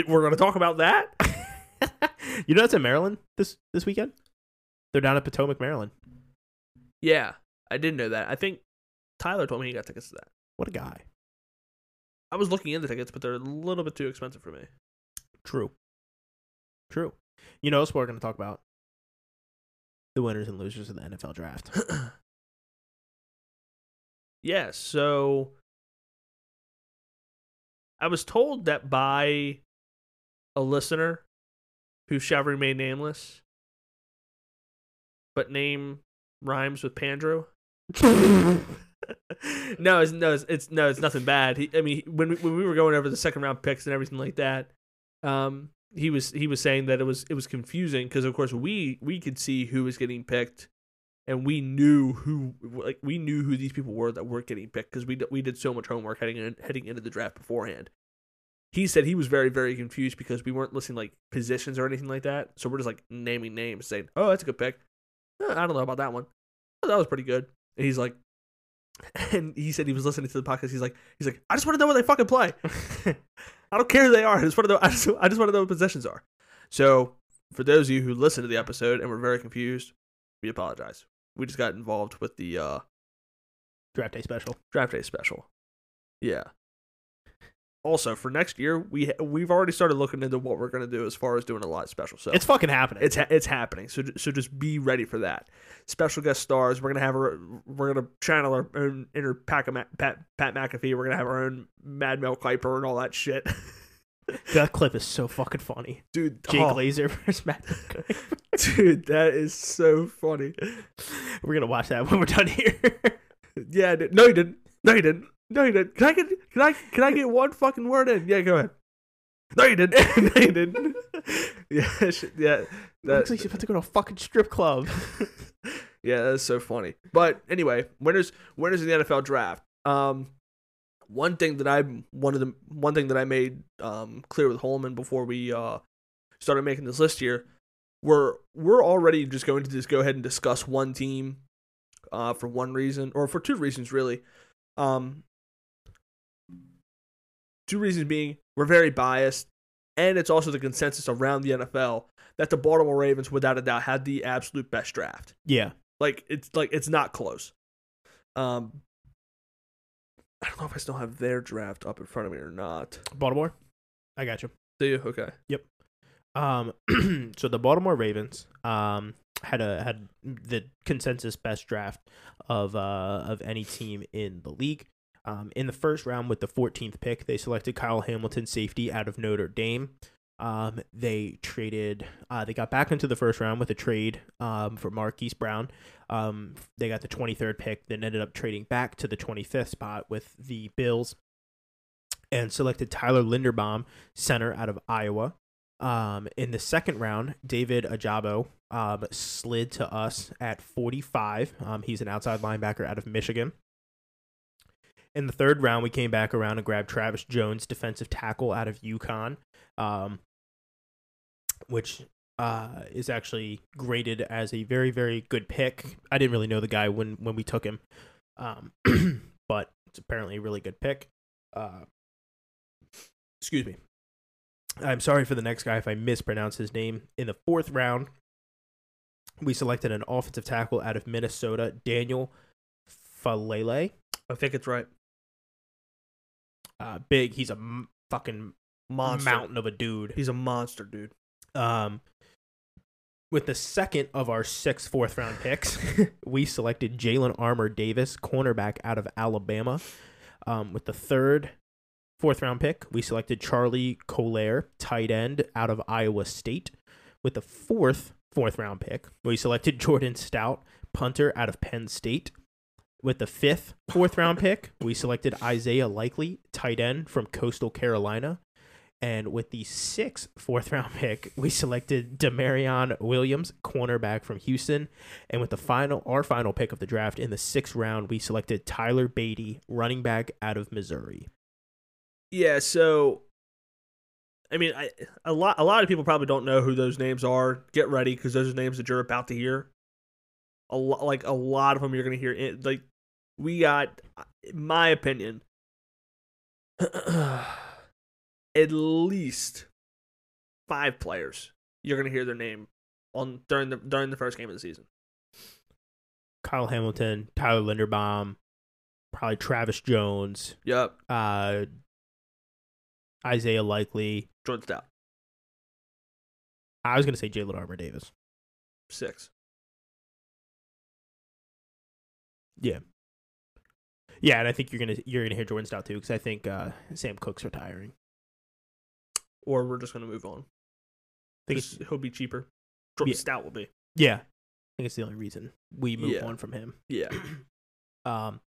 A: We're going to talk about that.
B: you know that's in Maryland this this weekend. They're down at Potomac, Maryland.
A: Yeah, I didn't know that. I think Tyler told me he got tickets to that.
B: What a guy.
A: I was looking into tickets, but they're a little bit too expensive for me.
B: True. True. You know, what else we're going to talk about the winners and losers of the NFL draft.
A: Yeah, so I was told that by a listener who shall remain nameless, but name rhymes with Pandro. no, it's, no, it's, it's no, it's nothing bad. He, I mean, when we, when we were going over the second round picks and everything like that, um, he was he was saying that it was it was confusing because of course we we could see who was getting picked and we knew who like we knew who these people were that weren't getting picked because we d- we did so much homework heading in, heading into the draft beforehand. He said he was very very confused because we weren't listing like positions or anything like that, so we're just like naming names, saying, "Oh, that's a good pick. Uh, I don't know about that one. Oh, that was pretty good." And he's like, and he said he was listening to the podcast. He's like, he's like, I just want to know where they fucking play. I don't care who they are. I just want to know. I just, I just want to know what possessions are. So for those of you who listened to the episode and were very confused, we apologize. We just got involved with the uh,
B: Draft day special.
A: draft day special. Yeah. Also, for next year, we ha- we've already started looking into what we're going to do as far as doing a lot special. So
B: It's fucking happening.
A: it's ha- it's happening. So ju- so just be ready for that. Special guest stars. We're gonna have our we're gonna channel our own inner Pat Ma- Pat, Pat McAfee. We're gonna have our own Mad Mel Kiper and all that shit,
B: that clip is so fucking funny.
A: dude.
B: Jake
A: oh,
B: Laser versus Matt. Duncan.
A: dude, that is so funny.
B: we're gonna watch that when we're done here.
A: Yeah, dude. no, you didn't. No, you didn't. No, you didn't. Can I get can I can I get one fucking word in? Yeah, go ahead. No, you didn't. no, you didn't. Yeah, shit, yeah.
B: Looks
A: That,
B: like she's about to go to a fucking strip club.
A: Yeah, that's so funny. But anyway, winners winners in the NFL draft. Um, one thing that I one of the one thing that I made um clear with Holman before we uh started making this list here, we're we're already just going to just go ahead and discuss one team, uh, for one reason or for two reasons really, um. Two reasons being, we're very biased, and it's also the consensus around the NFL that the Baltimore Ravens, without a doubt, had the absolute best draft.
B: yeah.
A: Like it's like it's not close. Um, I don't know if I still have their draft up in front of me or not.
B: Baltimore. I got you.
A: Do you? Okay.
B: Um, so the Baltimore Ravens um had a had the consensus best draft of uh of any team in the league. Um, in the first round with the 14th pick, they selected Kyle Hamilton, safety out of Notre Dame. Um, they traded. Uh, they got back into the first round with a trade um, for Marquise Brown. Um, they got the 23rd pick, then ended up trading back to the 25th spot with the Bills, and selected Tyler Linderbaum, center out of Iowa. Um, in the second round, David Ajabo um, slid to us at 45. Um, he's an outside linebacker out of Michigan. In the third round, we came back around and grabbed Travis Jones, defensive tackle out of UConn, um, which uh, is actually graded as a very, very good pick. I didn't really know the guy when, when we took him, um, but it's apparently a really good pick. Uh, excuse me. I'm sorry for the next guy if I mispronounce his name. In the fourth round, we selected an offensive tackle out of Minnesota, Daniel Falele.
A: I think it's right.
B: Uh, big, he's a m- fucking
A: Monster.
B: mountain of a dude.
A: He's a monster, dude.
B: Um, with the second of our six fourth round picks, we selected Jalen Armour Davis, cornerback out of Alabama. Um, with the third fourth round pick, we selected Charlie Collier, tight end out of Iowa State. With the fourth fourth round pick, we selected Jordan Stout, punter out of Penn State. With the fifth fourth round pick, we selected Isaiah Likely, tight end from Coastal Carolina. And with the sixth fourth round pick, we selected Demarion Williams, cornerback from Houston. And with the final, our final pick of the draft in the sixth round, we selected Tyler Beatty, running back out of Missouri.
A: Yeah. So, I mean, I a lot a lot of people probably don't know who those names are. Get ready because those are names that you're about to hear. A lot, like a lot of them, you're gonna hear. It, like we got, in my opinion, at least five players. You're gonna hear their name on during the during the first game of the season.
B: Kyle Hamilton, Tyler Linderbaum, probably Travis Jones,
A: Yep,
B: uh, Isaiah Likely.
A: Jordan Stout,
B: I was going to say Jalen Armour Davis.
A: six.
B: Yeah, and I think you're gonna you're gonna hear Jordan Stout too because I think uh, Sam Cook's retiring.
A: Or we're just gonna move on.
B: I think
A: 'Cause he'll be cheaper. Jordan
B: Yeah.
A: Stout will be.
B: Yeah, I think it's the only reason we move
A: Yeah.
B: on from him.
A: Yeah.
B: Um,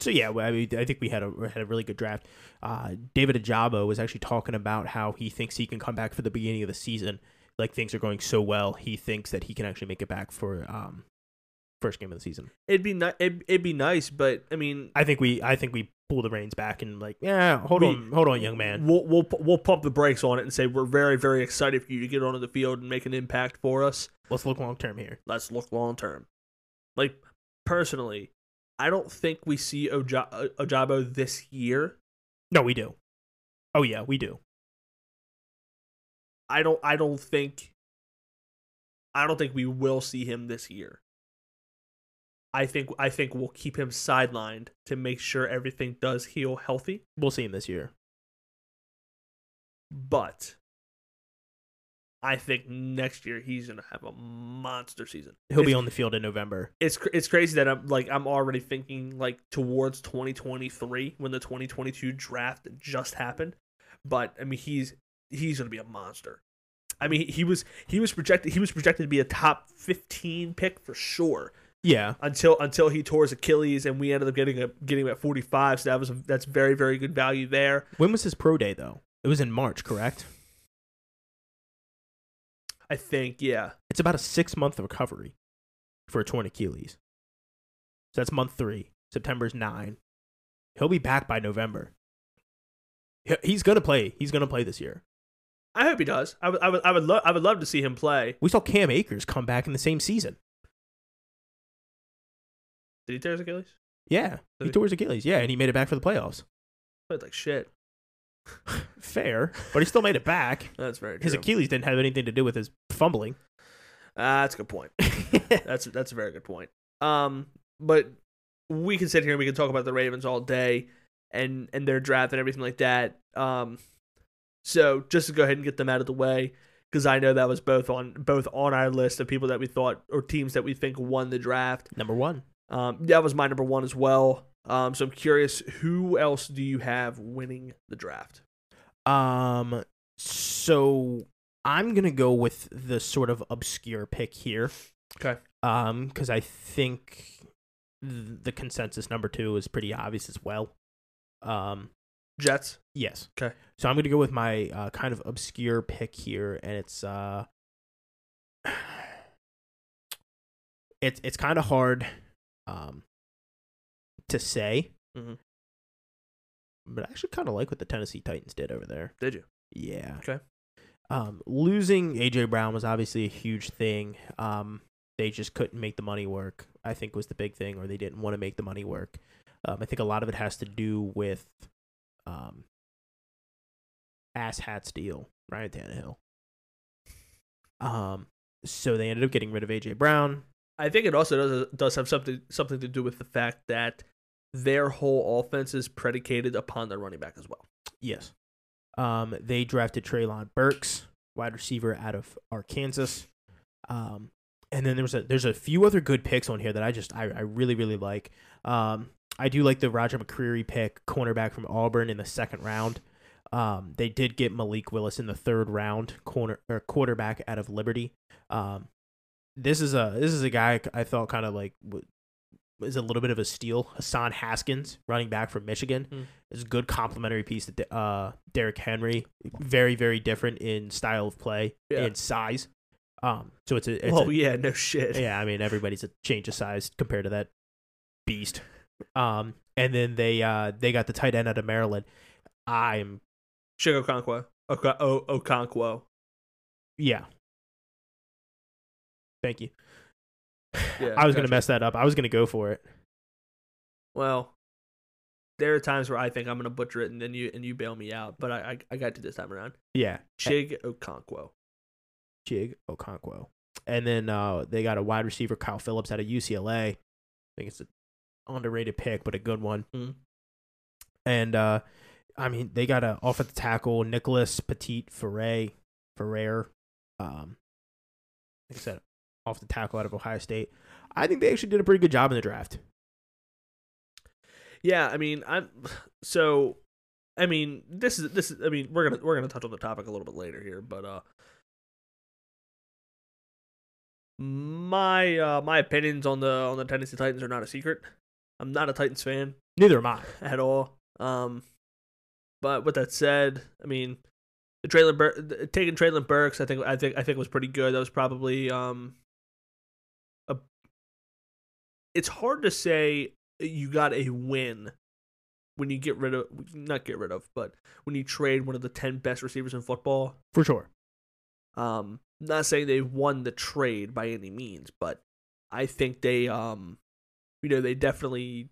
B: so yeah, well, I, mean, I think we had a we had a really good draft. Uh, David Ajabo was actually talking about how he thinks he can come back for the beginning of the season. Like things are going so well, he thinks that he can actually make it back for um first game of the season.
A: It'd be nice. It'd, it'd be nice, but I mean,
B: I think we I think we pull the reins back and like yeah, hold
A: We-
B: on, hold on, young man.
A: we'll we'll pu- we'll pump the brakes on it and say we're very very excited for you to get onto the field and make an impact for us.
B: Let's look long term here.
A: Let's look long term. Like personally, I don't think we see Oja- Ojabo this year.
B: No, we do. Oh yeah, we do.
A: I don't I don't think I don't think we will see him this year. I think I think we'll keep him sidelined to make sure everything does heal healthy.
B: We'll see him this year.
A: But I think next year he's gonna have a monster season.
B: He'll
A: it's,
B: be on the field in November.
A: It's cr- it's crazy that I'm like I'm already thinking like towards 2023 when the 2022 draft just happened. But I mean he's he's gonna be a monster. I mean he was he was projected he was projected to be a top 15 pick for sure
B: Yeah.
A: until until he tore his Achilles and we ended up getting a getting him at 45. So that was a, that's very very good value there.
B: When was his pro day though? It was in March, correct?
A: I think yeah.
B: It's about a six month recovery for a torn Achilles. So that's month three. September's nine. He'll be back by November. He- He's gonna play. He's gonna play this year.
A: I hope he does. I would I would I would, lo- I would love to see him play.
B: We saw Cam Akers come back in the same season.
A: Did he tear his Achilles?
B: Yeah, he
A: Did-
B: tore his Achilles. Yeah, and he made it back for the playoffs.
A: Played like shit.
B: Fair, but he still made it back.
A: That's very true.
B: His Achilles didn't have anything to do with his fumbling.
A: Ah, that's a good point. That's that's a very good point. Um, but we can sit here and we can talk about the Ravens all day and and their draft and everything like that. Um, so just to go ahead and get them out of the way because I know that was both on both on our list of people that we thought or teams that we think won the draft.
B: Number one.
A: Um, that was my number one as well. Um, so I'm curious, who else do you have winning the draft?
B: Um, so I'm gonna go with the sort of obscure pick here.
A: Okay.
B: Um, because I think th- the consensus number two is pretty obvious as well. Um,
A: Jets.
B: yes.
A: Okay.
B: So I'm gonna go with my uh, kind of obscure pick here, and it's uh, it's it's kind of hard, um, to say.
A: Mhm.
B: But I actually kind of like what the Tennessee Titans did over there.
A: Did you?
B: Yeah.
A: Okay.
B: Um, losing AJ Brown was obviously a huge thing. Um, they just couldn't make the money work. I think was the big thing, or they didn't want to make the money work. Um, I think a lot of it has to do with, um, ass hat deal, Ryan Tannehill. Um, so they ended up getting rid of AJ Brown.
A: I think it also does does have something something to do with the fact that their whole offense is predicated upon their running back as well.
B: Yes. Um, they drafted Traylon Burks, wide receiver out of Arkansas. Um, and then there was a there's a few other good picks on here that I just I, I really really like. Um, I do like the Roger McCreary pick, cornerback from Auburn in the second round. Um, they did get Malik Willis in the third round, corner or quarterback out of Liberty. Um, this is a this is a guy I thought kind of like w- is a little bit of a steal. Hassan Haskins, running back from Michigan,
A: Hmm.
B: is a good complimentary piece to De- uh Derrick Henry. Very very different in style of play
A: Yeah.
B: and size. Um, so it's a it's
A: oh
B: a,
A: yeah, no shit.
B: yeah, I mean everybody's a change of size compared to that beast. Um, and then they uh they got the tight end out of Maryland. I'm
A: Sugar Okonkwo. Oka- o- Okonkwo.
B: yeah. Thank you.
A: Yeah,
B: I was gonna
A: gotcha.
B: mess that up. I was gonna go for it.
A: Well, there are times where I think I'm gonna butcher it, and then you and you bail me out, but I I, I got to this time around.
B: Yeah,
A: Chig Okonkwo.
B: Jig Okonkwo, and then uh they got a wide receiver Kyle Phillips out of UCLA. I think it's an underrated pick, but a good one.
A: Mhm.
B: And uh I mean they got a offensive tackle Nicholas Petit Ferre Ferrer. Um, like I said, off the tackle out of Ohio State. I think they actually did a pretty good job in the draft.
A: Yeah, I mean, I'm so. I mean, this is this is. I mean, we're gonna we're gonna touch on the topic a little bit later here, but uh, my uh my opinions on the on the Tennessee Titans are not a secret. I'm not a Titans fan
B: Neither am I.
A: at all. Um, but with that said, I mean, the Traylon Bur- the- taking Traylon Burks, I think I think I think was pretty good. That was probably um, a. It's hard to say you got a win when you get rid of not get rid of, but when you trade one of the ten best receivers in football.
B: For sure.
A: Um, not saying they won the trade by any means, but I think they um, you know, they definitely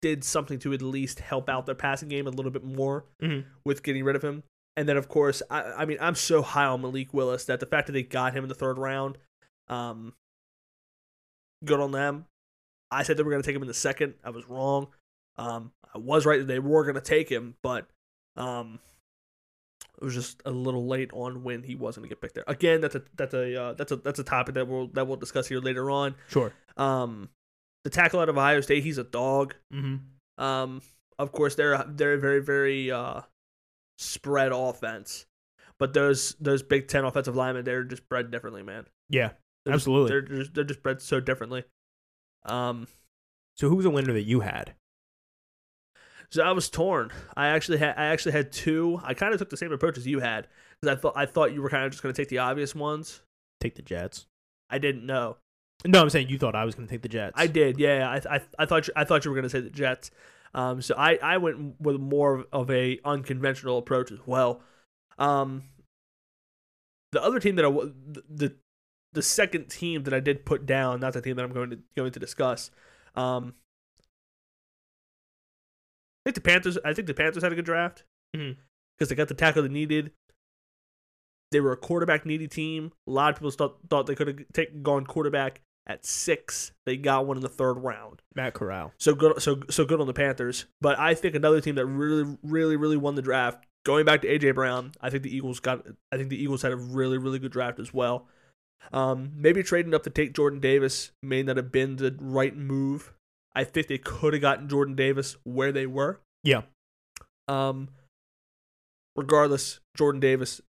A: did something to at least help out their passing game a little bit more
B: Mhm.
A: with getting rid of him. And then, of course, I, I mean, I'm so high on Malik Willis that the fact that they got him in the third round, um, good on them. I said they were going to take him in the second. I was wrong. Um, I was right that they were going to take him, but um, it was just a little late on when he was going to get picked there. Again, that's a that's a uh, that's a that's a topic that we'll that we'll discuss here later on.
B: Sure.
A: Um, the tackle out of Ohio State, he's a dog.
B: Mm-hmm.
A: Um, of course, they're they're a very very uh, spread offense, but those those Big Ten offensive linemen, they're just bred differently, man.
B: Yeah.
A: They're just-
B: Absolutely.
A: they're just they're just bred so differently. Um,
B: So who was a winner that you had?
A: so I was torn. I actually had I actually had two. I kind of took the same approach as you had because I thought I thought you were kind of just going to take the obvious ones.
B: Take the Jets.
A: I didn't know.
B: No, I'm saying you thought I was going to take the Jets.
A: I did, yeah. I I, I thought you, I thought you were going to say the Jets. Um, so I, I went with more of a unconventional approach as well. Um, the other team that I wa- the, the the second team that I did put down, not the team that I'm going to going to discuss. Um, I think the Panthers. I think the Panthers had a good draft because
B: Mhm.
A: they got the tackle they needed. They were a quarterback needy team. A lot of people thought thought they could have take, gone quarterback at six. They got one in the third round.
B: Matt Corral.
A: So good, so so good on the Panthers. But I think another team that really, really, really won the draft. Going back to AJ Brown, I think the Eagles got. I think the Eagles had a really, really good draft as well. Um, maybe trading up to take Jordan Davis may not have been the right move. I think they could have gotten Jordan Davis where they were.
B: Yeah.
A: Um. Regardless, Jordan Davis,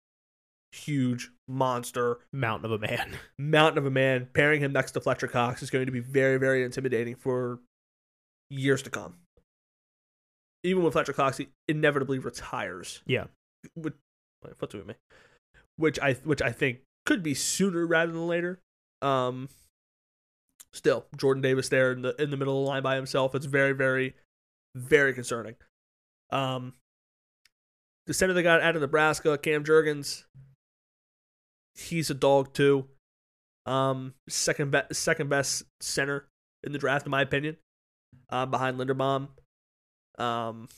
A: huge monster
B: Mountain of a man.
A: mountain of a man. Pairing him next to Fletcher Cox is going to be very, very intimidating for years to come. Even when Fletcher Cox inevitably retires,
B: Yeah.
A: which, what's with me, which I which I think could be sooner rather than later. Um, still, Jordan Davis there in the in the middle of the line by himself. It's very, very, very concerning. Um, the center they got out of Nebraska, Cam Jurgens, he's a dog too. Um, second best, second best center in the draft, in my opinion, uh, behind Linderbaum. Um,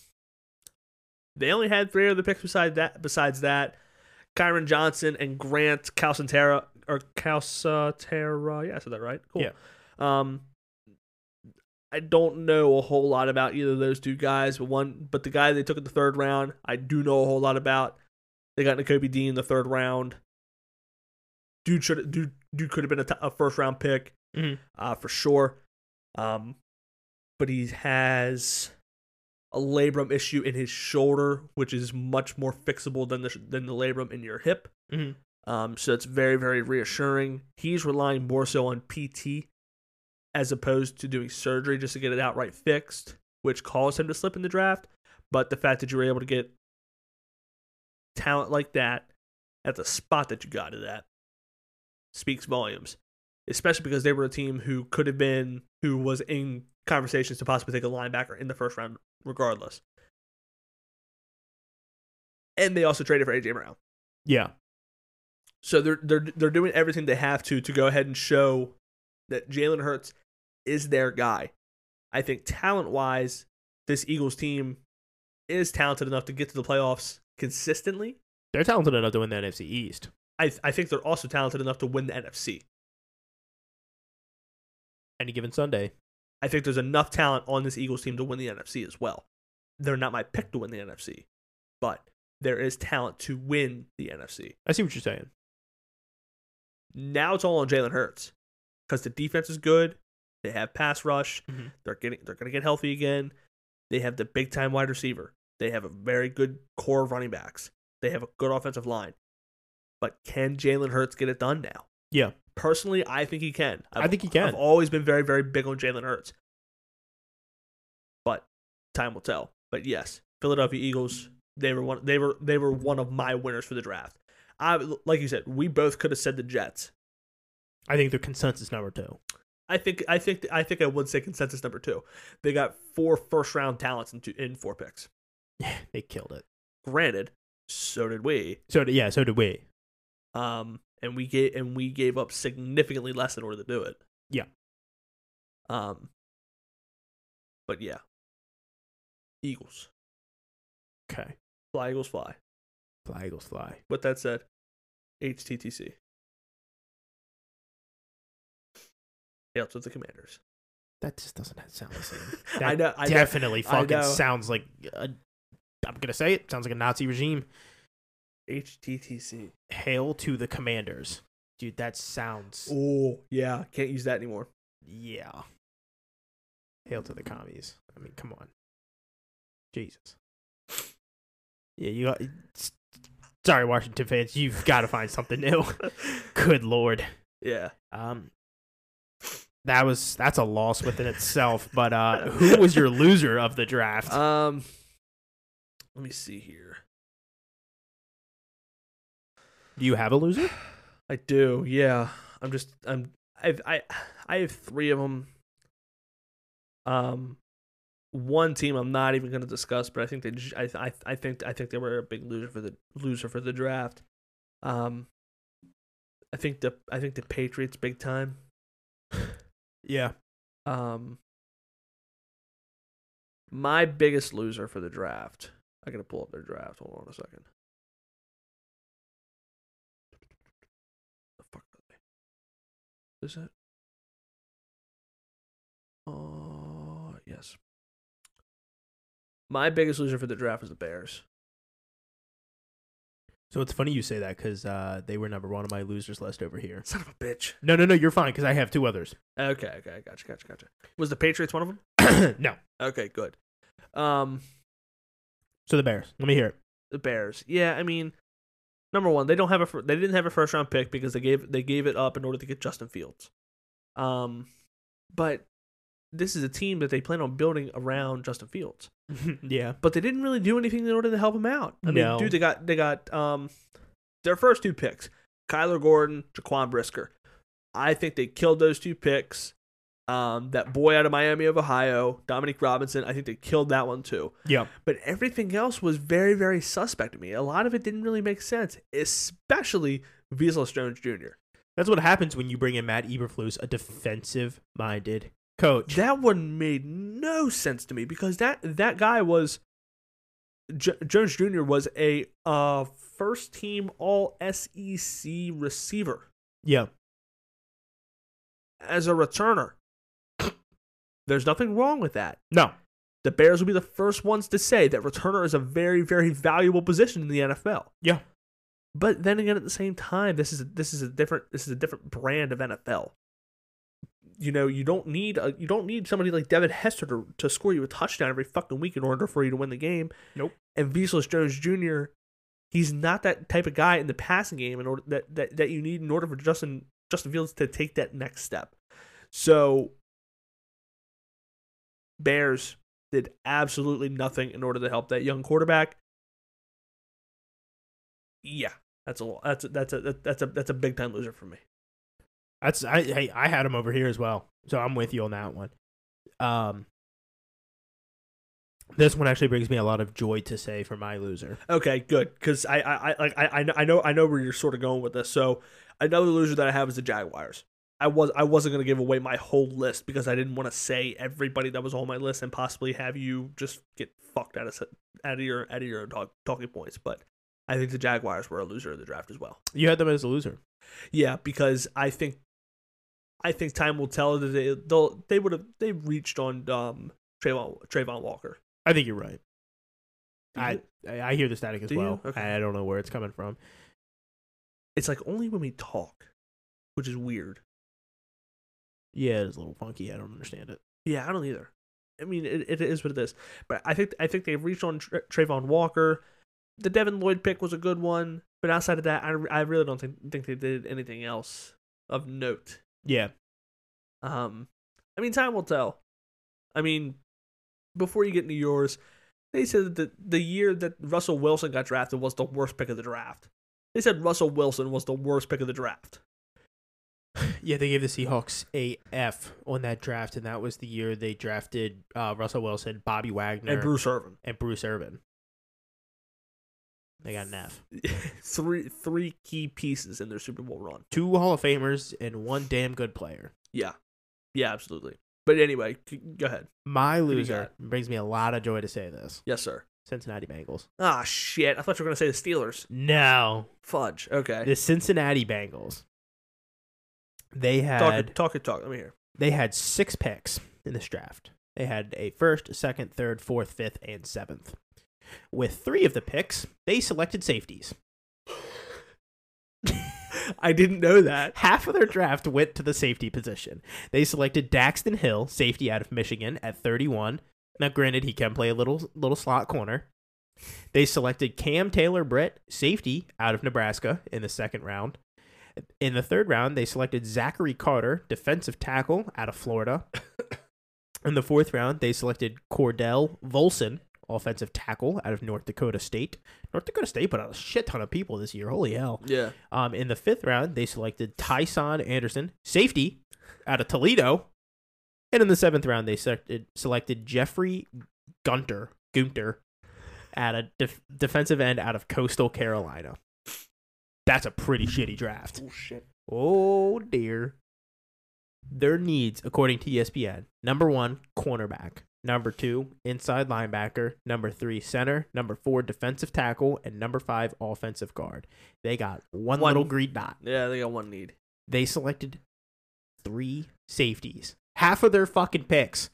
A: they only had three other picks besides that. Besides that, Kyron Johnson and Grant Calcaterra or Calcaterra. Yeah, I said that right. Cool.
B: Yeah.
A: Um, I don't know a whole lot about either of those two guys, but one, but the guy they took in the third round, I do know a whole lot about. They got N'Kobe Dean in the third round. Dude should dude dude could have been a to- a first round pick
B: Mhm.
A: uh, for sure. Um, but he has a labrum issue in his shoulder, which is much more fixable than the sh- than the labrum in your hip.
B: Mhm.
A: Um, so it's very very reassuring. He's relying more so on PT as opposed to doing surgery just to get it outright fixed, which caused him to slip in the draft. But the fact that you were able to get talent like that at the spot that you got it at speaks volumes, especially because they were a team who could have been, who was in conversations to possibly take a linebacker in the first round, regardless. And they also traded for AJ Brown.
B: Yeah.
A: So they're they're they're doing everything they have to to go ahead and show that Jalen Hurts is their guy. I think talent wise, this Eagles team is talented enough to get to the playoffs consistently.
B: They're talented enough to win the NFC East.
A: I I think they're also talented enough to win the NFC.
B: Any given Sunday.
A: I think there's enough talent on this Eagles team to win the NFC as well. They're not my pick to win the NFC, but there is talent to win the NFC.
B: I see what you're saying.
A: Now it's all on Jalen Hurts because the defense is good. They have pass rush.
B: Mhm.
A: They're getting they're going to get healthy again. They have the big time wide receiver. They have a very good core of running backs. They have a good offensive line. But can Jalen Hurts get it done now?
B: Yeah.
A: Personally, I think he can.
B: I think he can.
A: I've always been very very big on Jalen Hurts. But time will tell. But yes, Philadelphia Eagles. They were one. They were they were one of my winners for the draft. I like you said, we both could have said the Jets.
B: I think they're consensus number two.
A: I think I think I think I would say consensus number two. They got four first round talents in two, in four picks.
B: Yeah, they killed it.
A: Granted, so did we.
B: So did, yeah, so did we.
A: Um, and we gave and we gave up significantly less in order to do it.
B: Yeah.
A: Um. But yeah, Eagles.
B: Okay.
A: Fly Eagles fly.
B: Fly Eagles fly.
A: With that said, HTTC. He helps with the commanders.
B: That just doesn't sound the same.
A: I
B: That
A: know. I know.
B: Definitely
A: I
B: fucking
A: know.
B: sounds like. A, I'm gonna say it. Sounds like a Nazi regime.
A: HTTC.
B: Hail to the commanders, dude. That sounds.
A: Oh yeah, can't use that anymore.
B: Yeah. Hail to the commies. I mean, come on. Jesus. Yeah, you got. s- Sorry, Washington fans. You've got to find something new. Good lord.
A: yeah.
B: Um, that was that's a loss within itself. But uh, who was your loser of the draft?
A: Um. Let me see here.
B: Do you have a loser?
A: I do. Yeah. I'm just. I'm. I've. I. I have three of them. Um, one team I'm not even going to discuss, but I think they. j- I. I. I think. I think they were a big loser for the loser for the draft. Um. I think the. I think the Patriots big time.
B: Yeah.
A: Um, my biggest loser for the draft. I gotta pull up their draft. Hold on a second. The fuck are they? Is it? Uh, yes. My biggest loser for the draft is the Bears.
B: So it's funny you say that because uh, they were number one on my losers list over here.
A: Son of a bitch.
B: No, no, no. You're fine because I have two others.
A: Okay, okay, gotcha, gotcha, gotcha. Was the Patriots one of them?
B: no.
A: Okay, good. Um,
B: So the Bears. Let me hear it.
A: the Bears. Yeah, I mean, number one, they don't have a fir- they didn't have a first round pick because they gave they gave it up in order to get Justin Fields. Um, but this is a team that they plan on building around Justin Fields.
B: yeah.
A: But they didn't really do anything in order to help him out. I
B: No.
A: mean, dude, they got they got um their first two picks, Kyler Gordon, Jaquan Brisker. I think they killed those two picks. Um, that boy out of Miami of Ohio, Dominic Robinson. I think they killed that one too
B: Yeah.
A: but everything else was very, very suspect to me. A lot of it didn't really make sense, especially Vezel Jones Jr.
B: That's what happens when you bring in Matt Eberflus, a defensive-minded coach.
A: That one made no sense to me because that that guy was J- Jones Jr. was a uh, first team All SEC receiver
B: yeah.
A: as a returner. There's nothing wrong with that.
B: No.
A: The Bears will be the first ones to say that returner is a very, very valuable position in the NFL.
B: Yeah.
A: But then again, at the same time, this is a, this is a different this is a different brand of NFL. You know, you don't need a, you don't need somebody like Devin Hester to, to score you a touchdown every fucking week in order for you to win the game.
B: Nope.
A: And Vesalus Jones Jr. He's not that type of guy in the passing game in order that, that that you need in order for Justin Justin Fields to take that next step. So Bears did absolutely nothing in order to help that young quarterback. Yeah, that's a that's a, that's a that's a that's a big time loser for me.
B: That's I hey, I had him over here as well. So I'm with you on that one. Um This one actually brings me a lot of joy to say for my loser.
A: Okay, good because I I I- like I I kn- I know I know where you're sort of going with this. So another loser that I have is the Jaguars. I was I wasn't gonna give away my whole list because I didn't want to say everybody that was on my list and possibly have you just get fucked out of s- out of your out of your own talk, talking points. But I think the Jaguars were a loser of the draft as well.
B: You had them as a loser.
A: Yeah, because I think I think time will tell that they they'll, they would have they reached on um Trayvon Trayvon Walker.
B: I think you're right.
A: Do you-
B: I I I hear the static as
A: Do you?
B: well.
A: Okay.
B: I I don't know where it's coming from.
A: it's like only when we talk, which is weird.
B: Yeah, it's a little funky. I don't understand it.
A: Yeah, I don't either. I mean, it, it is what it is. But I think I think they reached on Tra- Trayvon Walker. The Devin Lloyd pick was a good one, but outside of that, I, I really don't think think they did anything else of note.
B: Yeah.
A: Um, I mean, time will tell. I mean, before you get into yours, they said that the, the year that Russell Wilson got drafted was the worst pick of the draft. They said Russell Wilson was the worst pick of the draft.
B: Yeah, they gave the Seahawks a F on that draft, and that was the year they drafted uh, Russell Wilson, Bobby Wagner,
A: And Bruce Irvin.
B: and Bruce Irvin. They got an F.
A: three three key pieces in their Super Bowl run.
B: Two Hall of Famers and one damn good player.
A: Yeah. Yeah, absolutely. But anyway, c- go ahead.
B: My
A: do you
B: loser brings me a lot of joy to say this.
A: Yes, sir.
B: Cincinnati Bengals.
A: Ah, shit. I thought you were going to say the Steelers.
B: No,
A: Fudge. Okay.
B: the Cincinnati Bengals. They had
A: Talk it, talk it, talk. Let me hear.
B: they had six picks in this draft. They had a first, second, third, fourth, fifth, and seventh. With three of the picks, they selected safeties.
A: I didn't know that.
B: Half of their draft went to the safety position. They selected Daxton Hill, safety out of Michigan, at 31. Now, granted, he can play a little little slot corner. They selected Cam Taylor Britt, safety out of Nebraska, in the second round. In the third round, they selected Zachary Carter, defensive tackle out of Florida. In the fourth round, they selected Cordell Volson, offensive tackle out of North Dakota State. North Dakota State put out a shit ton of people this year. Holy hell.
A: Yeah.
B: Um, in the fifth round, they selected Tyson Anderson, safety, out of Toledo. And in the seventh round, they selected, selected Jeffrey Gunter, Gunter, at a def- defensive end out of Coastal Carolina. That's a pretty shitty draft.
A: Oh, shit.
B: Oh dear. Their needs, according to E ESPN, number one, cornerback. Number two, inside linebacker. Number three, center. Number four, defensive tackle. And number five, offensive guard. They got one,
A: One.
B: little green dot.
A: Yeah, they got one need.
B: They selected three safeties. Half of their fucking picks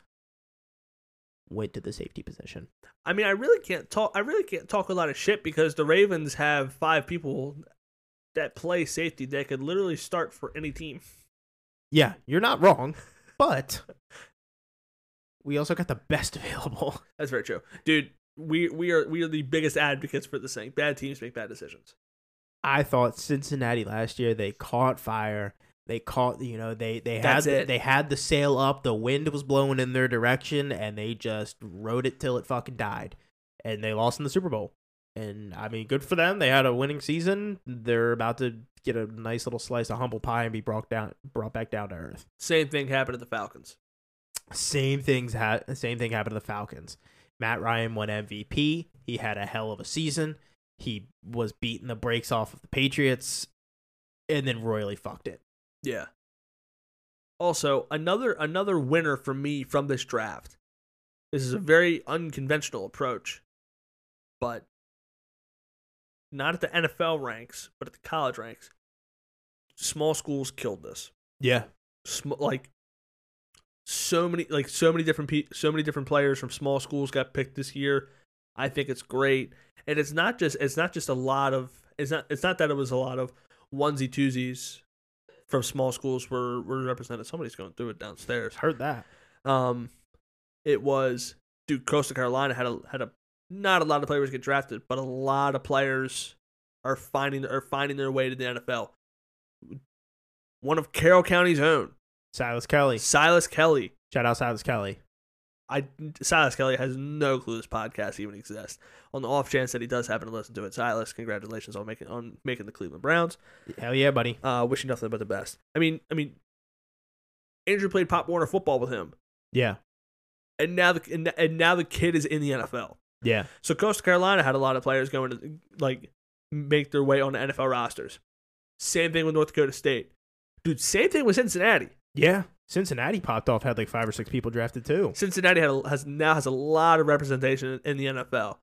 B: went to the safety position.
A: I mean, I really can't talk. I really can't talk a lot of shit because the Ravens have five people that play safety that could literally start for any team.
B: Yeah, you're not wrong, but we also got the best available.
A: That's very true, dude. We we are we are the biggest advocates for this thing. Bad teams make bad decisions.
B: I thought Cincinnati last year they caught fire. They caught, you know, they they
A: That's
B: had
A: it.
B: they had the sail up. The wind was blowing in their direction, and they just rode it till it fucking died. And they lost in the Super Bowl. And I mean, good for them. They had a winning season. They're about to get a nice little slice of humble pie and be brought down, brought back down to earth.
A: Same thing happened to the Falcons.
B: Same things ha- same thing happened to the Falcons. Matt Ryan won MVP. He had a hell of a season. He was beating the brakes off of the Patriots and then royally fucked it.
A: Yeah. Also, another another winner for me from this draft. This is a very unconventional approach, but not at the NFL ranks, but at the college ranks. Small schools killed this.
B: Yeah.
A: Sm- like so many, like so many different pe- so many different players from small schools got picked this year. I think it's great, and it's not just it's not just a lot of it's not it's not that it was a lot of onesie twosies from small schools were were represented. Somebody's going through it downstairs.
B: Heard that.
A: Um, it was dude. Coastal Carolina had a had a not a lot of players get drafted, but a lot of players are finding are finding their way to the NFL. One of Carroll County's own,
B: Silas Kelly.
A: Silas Kelly.
B: Shout out Silas Kelly.
A: I Silas Kelly has no clue this podcast even exists. On the off chance that he does happen to listen to it, Silas, congratulations on making on making the Cleveland Browns.
B: Hell yeah, buddy.
A: Uh, wishing nothing but the best. I mean, I mean, Andrew played Pop Warner football with him,
B: Yeah.
A: and now the and, and now the kid is in the NFL.
B: Yeah.
A: So Coastal Carolina had a lot of players going to like make their way on the NFL rosters. Same thing with North Dakota State, dude. Same thing with Cincinnati.
B: Yeah. Cincinnati popped off, had like five or six people drafted too.
A: Cincinnati had a, has now has a lot of representation in the NFL.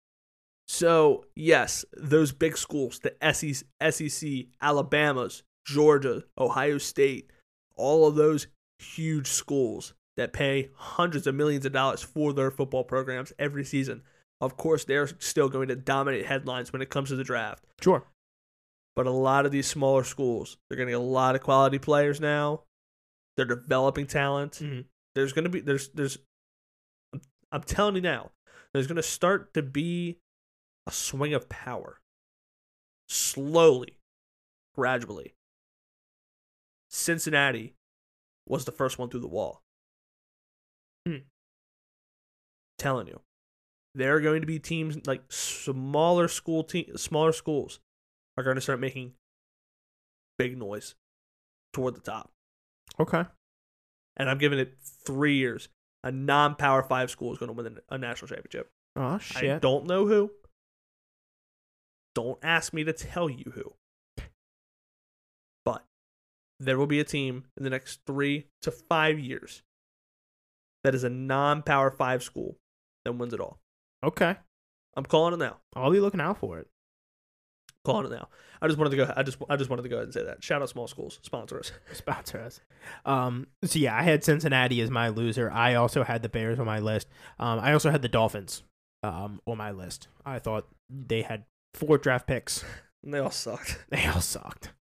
A: So yes, those big schools, the E SEC, SEC, Alabama's, Georgia, Ohio State, all of those huge schools that pay hundreds of millions of dollars for their football programs every season. Of course, they're still going to dominate headlines when it comes to the draft.
B: Sure.
A: But a lot of these smaller schools, they're going to get a lot of quality players now. They're developing talent there's going to be there's there's I'm- I'm telling you now, there's going to start to be a swing of power. Slowly, gradually. Cincinnati was the first one through the wall.
B: Hmm.
A: Telling you. There are going to be teams like smaller school te- smaller schools are going to start making big noise toward the top
B: Okay.
A: and I'm giving it three years. A non-power five school is going to win a national championship.
B: Oh
A: I
B: shit.
A: don't know who. Don't ask me to tell you who. But there will be a team in the next three to five years that is a non Power Five school that wins it all.
B: Okay.
A: I'm calling it now.
B: I'll be looking out for it.
A: Calling it now. I just wanted to go. I just I just wanted to go ahead and say that. Shout out small schools sponsor us.
B: Sponsor us. Um, so yeah, I had Cincinnati as my loser. I also had the Bears on my list. Um, I also had the Dolphins um, on my list. I thought they had four draft picks.
A: And they all sucked.
B: They all sucked.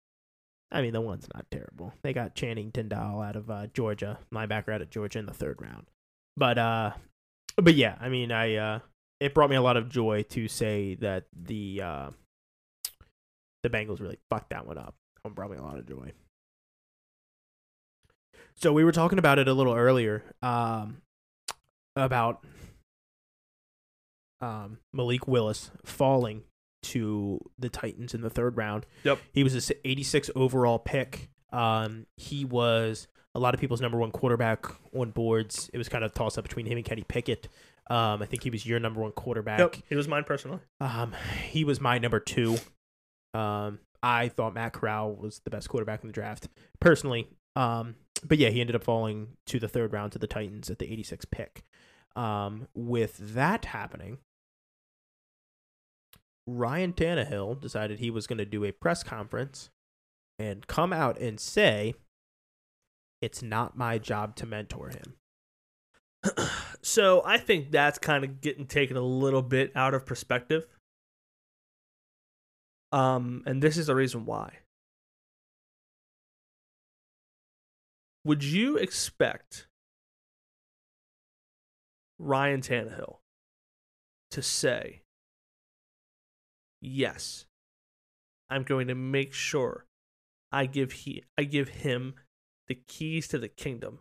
B: I mean, the one's not terrible. They got Channing Tindall out of uh, Georgia, linebacker out of Georgia in the third round. But uh, but yeah, I mean, I uh, it brought me a lot of joy to say that the uh, the Bengals really fucked that one up. It brought me a lot of joy. So we were talking about it a little earlier, um, about um, Malik Willis falling to the Titans in the third round.
A: Yep.
B: He was an 86 overall pick. Um, he was a lot of people's number one quarterback on boards. It was kind of a toss up between him and Kenny Pickett. Um, I think he was your number one quarterback.
A: Yep, it was mine personally.
B: Um, he was my number two. Um, I thought Matt Corral was the best quarterback in the draft personally. Um, but yeah, he ended up falling to the third round to the Titans at the 86 pick. Um, with that happening, Ryan Tannehill decided he was going to do a press conference and come out and say, "It's not my job to mentor him."
A: So I think that's kind of getting taken a little bit out of perspective. Um, and this is the reason why. Would you expect Ryan Tannehill to say, "Yes, I'm going to make sure I give he I give him the keys to the kingdom"?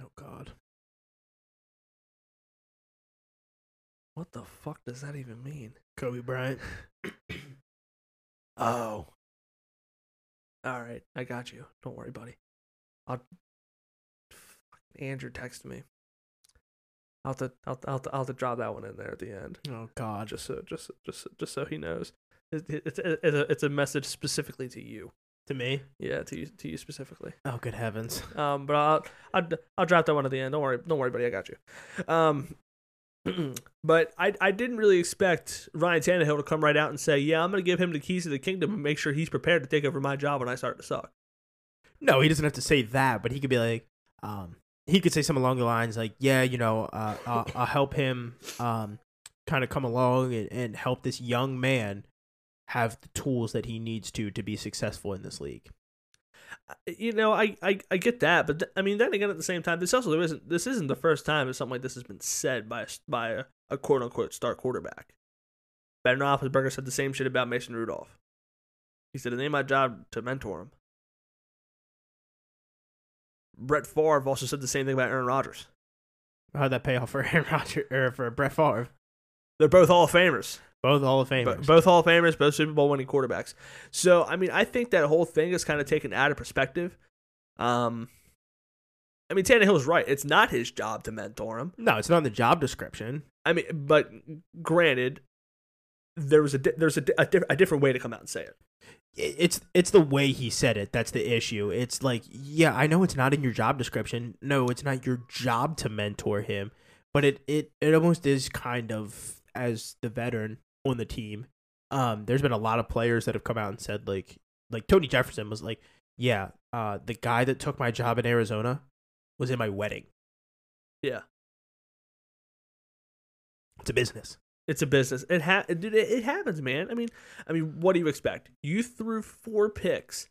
B: Oh God,
A: What the fuck does that even mean?
B: Kobe Bryant.
A: Oh. All right, I got you. Don't worry, buddy. I'll. Fucking Andrew texted me. I'll have to, I'll, I'll, have to, I'll have to drop that one in there at the end,
B: Oh God,
A: just so, just, just, just so he knows. It, it- it's, it's a, it's a message specifically to you.
B: to me.
A: Yeah, to you, to you specifically.
B: Oh good heavens.
A: Um, but I'll, I'll, I'll drop that one at the end. Don't worry, don't worry, buddy. I got you. Um, but I, I didn't really expect Ryan Tannehill to come right out and say, "Yeah, I'm going to give him the keys to the kingdom and make sure he's prepared to take over my job when I start to suck."
B: No, he doesn't have to say that, but he could be like, um, he could say something along the lines like, "Yeah, you know, uh, I'll, I'll help him, um, kind of come along and, and help this young man have the tools that he needs to to be successful in this league."
A: You know, I, I, I get that, but th- I mean, then again, at the same time, this also isn't this isn't the first time that something like this has been said by a, s- by a, a quote unquote star quarterback. Ben Roethlisberger said the same shit about Mason Rudolph. He said, "It ain't my job to mentor him." Brett Favre also said the same thing about Aaron Rodgers.
B: How'd that pay off for Aaron Rodgers or for Brett Favre?
A: They're both Hall of Famers.
B: Both Hall of Famers.
A: Bo- both Hall of Famers, both Super Bowl winning quarterbacks. So I mean, I think that whole thing is kind of taken out of perspective. Um, I mean, Tannehill's right; it's not his job to mentor him.
B: no, it's not in the job description.
A: I mean, but granted, there was a di- there's a di- a, diff- a different way to come out and say it.
B: It- It's it's the way he said it that's the issue. It's like, yeah, I know it's not in your job description. No, it's not your job to mentor him, but it it, it almost is kind of as the veteran on the team. Um, there's been a lot of players that have come out and said like like Tony Jefferson was like, yeah, uh, the guy that took my job in Arizona was in my wedding.
A: Yeah.
B: it's a business.
A: It's a business. It ha- dude, it, it happens, man. I mean, I mean, what do you expect? You threw four picks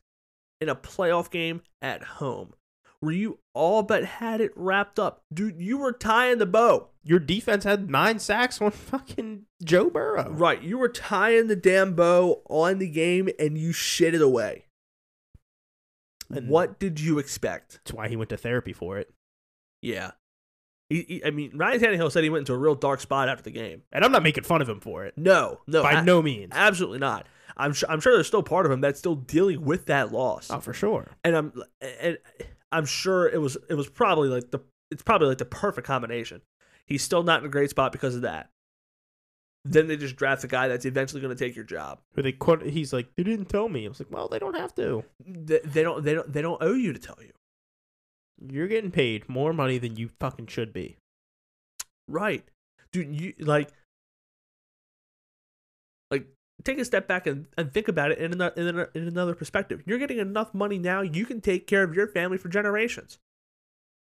A: in a playoff game at home, where you all but had it wrapped up, dude. You were tying the bow.
B: Your defense had nine sacks on fucking Joe Burrow.
A: Oh. Right, you were tying the damn bow on the game and you shit it away.
B: And-
A: what did you expect?
B: That's why he went to therapy for it.
A: Yeah. He, he- I mean, Ryan Tannehill said he went into a real dark spot after the game.
B: And I'm not making fun of him for it.
A: No, no,
B: by
A: a-
B: no means.
A: absolutely not. I'm sure, I'm sure there's still part of him that's still dealing with that loss,
B: Oh, for sure.
A: and I'm and I'm sure it was it was probably like the it's probably like the perfect combination. He's still not in a great spot because of that, Then they just draft the guy that's eventually going to take your job.
B: Who they quote? He's like, they didn't tell me. I was like, well, they don't have to.
A: They, they don't. They don't. They don't owe you to tell you.
B: You're getting paid more money than you fucking should be.
A: Right, dude. You like, like take a step back and, and think about it in another, in another in another perspective. You're getting enough money now. You can take care of your family for generations.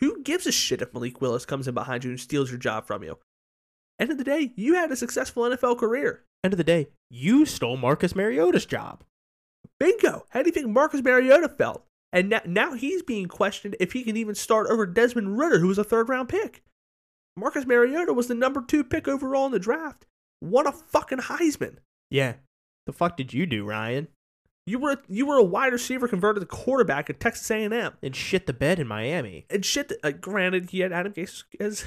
A: Who gives a shit if Malik Willis comes in behind you and steals your job from you? End of the day, you had a successful NFL career.
B: End of the day, you stole Marcus Mariota's job.
A: Bingo. How do you think Marcus Mariota felt? And now, now he's being questioned if he can even start over Desmond Ritter, who was a third round pick. Marcus Mariota was the number two pick overall in the draft. What a fucking Heisman.
B: Yeah. The fuck did you do, Ryan?
A: You were you were a wide receiver converted to quarterback at Texas A&M.
B: And shit the bed in Miami.
A: And shit, that- like, granted, he had Adam Gase as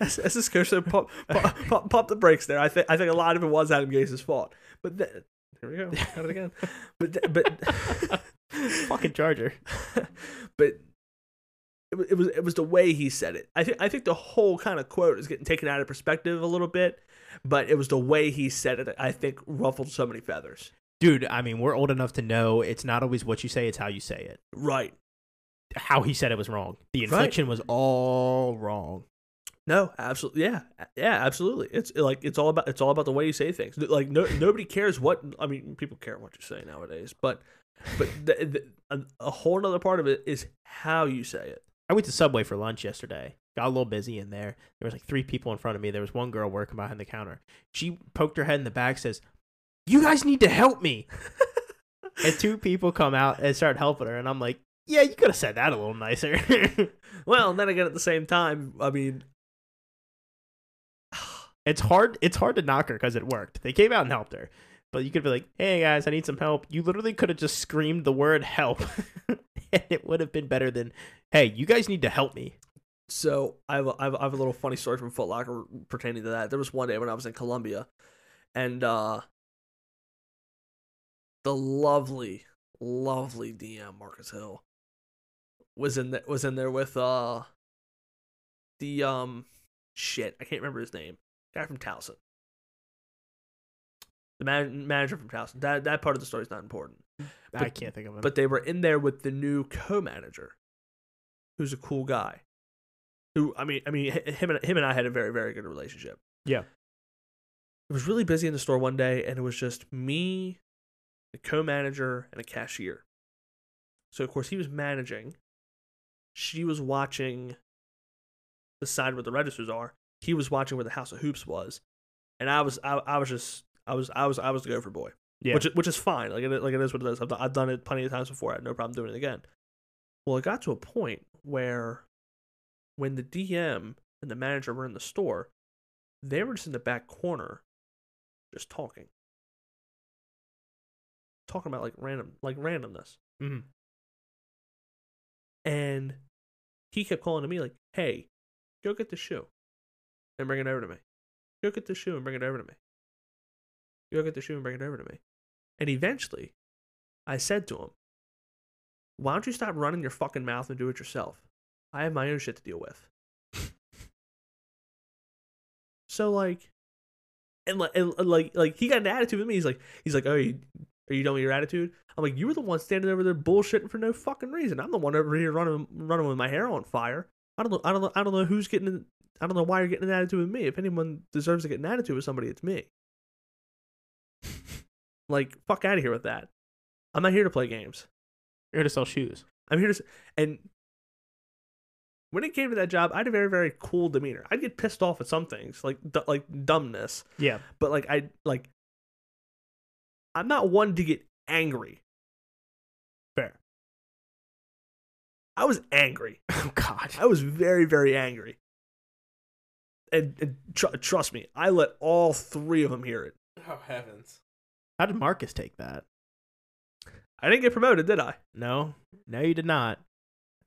A: as, as his coach. So pop, pop, pop, pop the brakes there. I think I think a lot of it was Adam Gase's fault. But th- there we go, got it again. But th- but
B: Fucking Charger.
A: but it, wa- it was it was the way he said it. I think I think the whole kind of quote is getting taken out of perspective a little bit, but it was the way he said it. that I think ruffled so many feathers.
B: Dude, I mean, we're old enough to know it's not always what you say, it's how you say it.
A: Right?
B: How he said it was wrong. The
A: Right.
B: inflection was all wrong.
A: No, absolutely. Yeah, yeah, absolutely. It's like it's all about it's all about the way you say things. Like no, nobody cares what I mean. People care what you say nowadays, but but the, the, a, a whole other part of it is how you say it.
B: I went to Subway for lunch yesterday. Got a little busy in there. There was like three people in front of me. There was one girl working behind the counter. She poked her head in the back, says, "You guys need to help me." and two people come out and start helping her, and I'm like, "Yeah, you could have said that a little nicer."
A: Well, and then again, at the same time, I mean,
B: it's hard. It's hard to knock her because it worked. They came out and helped her, but you could be like, "Hey guys, I need some help." You literally could have just screamed the word "help," and it would have been better than, "Hey, you guys need to help me."
A: So I have, a, I, have a, I have a little funny story from Foot Locker pertaining to that. There was one day when I was in Colombia, and uh, the lovely, lovely DM Marcus Hill was in the, was in there with uh the um shit I can't remember his name guy from Towson, the man, manager from Towson. That that part of the story is not important.
B: I
A: But-
B: can't think of it.
A: But they were in there with the new co-manager, who's a cool guy. Who I mean, I mean, h- him and him and I had a very very good relationship.
B: Yeah.
A: it was really busy in the store one day, and it was just me, the co-manager, and a cashier. So of course he was managing. She was watching the side where the registers are. He was watching where the House of Hoops was, and I was I, I was just I was I was I was the gopher boy
B: yeah,
A: which is- which is fine. Like it, like it is what it is. I've done, I've done it plenty of times before. I had no problem doing it again. Well, it got to a point where, when the DM and the manager were in the store, they were just in the back corner, just talking, talking about like random like randomness.
B: Mhm.
A: And he kept calling to me like, "Hey, go get the shoe, and bring it over to me. Go get the shoe and bring it over to me. Go get the shoe and bring it over to me." And eventually, I said to him, Why don't you stop running your fucking mouth and do it yourself? I have my own shit to deal with. so like and like, and like like he got an attitude with me. He's like he's like, Oh, you, are you done with your attitude? I'm like, You were the one standing over there bullshitting for no fucking reason. I'm the one over here running running with my hair on fire. I don't know I don't know I don't know who's getting in, I don't know why you're getting an attitude with me. If anyone deserves to get an attitude with somebody, it's me. like, fuck out of here with that. I'm not here to play games.
B: you're gonna sell shoes.
A: I'm here to. s- And when it came to that job, I had a very, very cool demeanor. I'd get pissed off at some things, like d- like dumbness,
B: Yeah,
A: but like I like. I'm not one to get angry.
B: fair.
A: I was angry.
B: Oh God.
A: I was very, very angry. And, and tr- trust me, I let all three of them hear it.
B: Oh heavens! How did Marcus take that?
A: I didn't get promoted, did I?
B: No, no, you did not.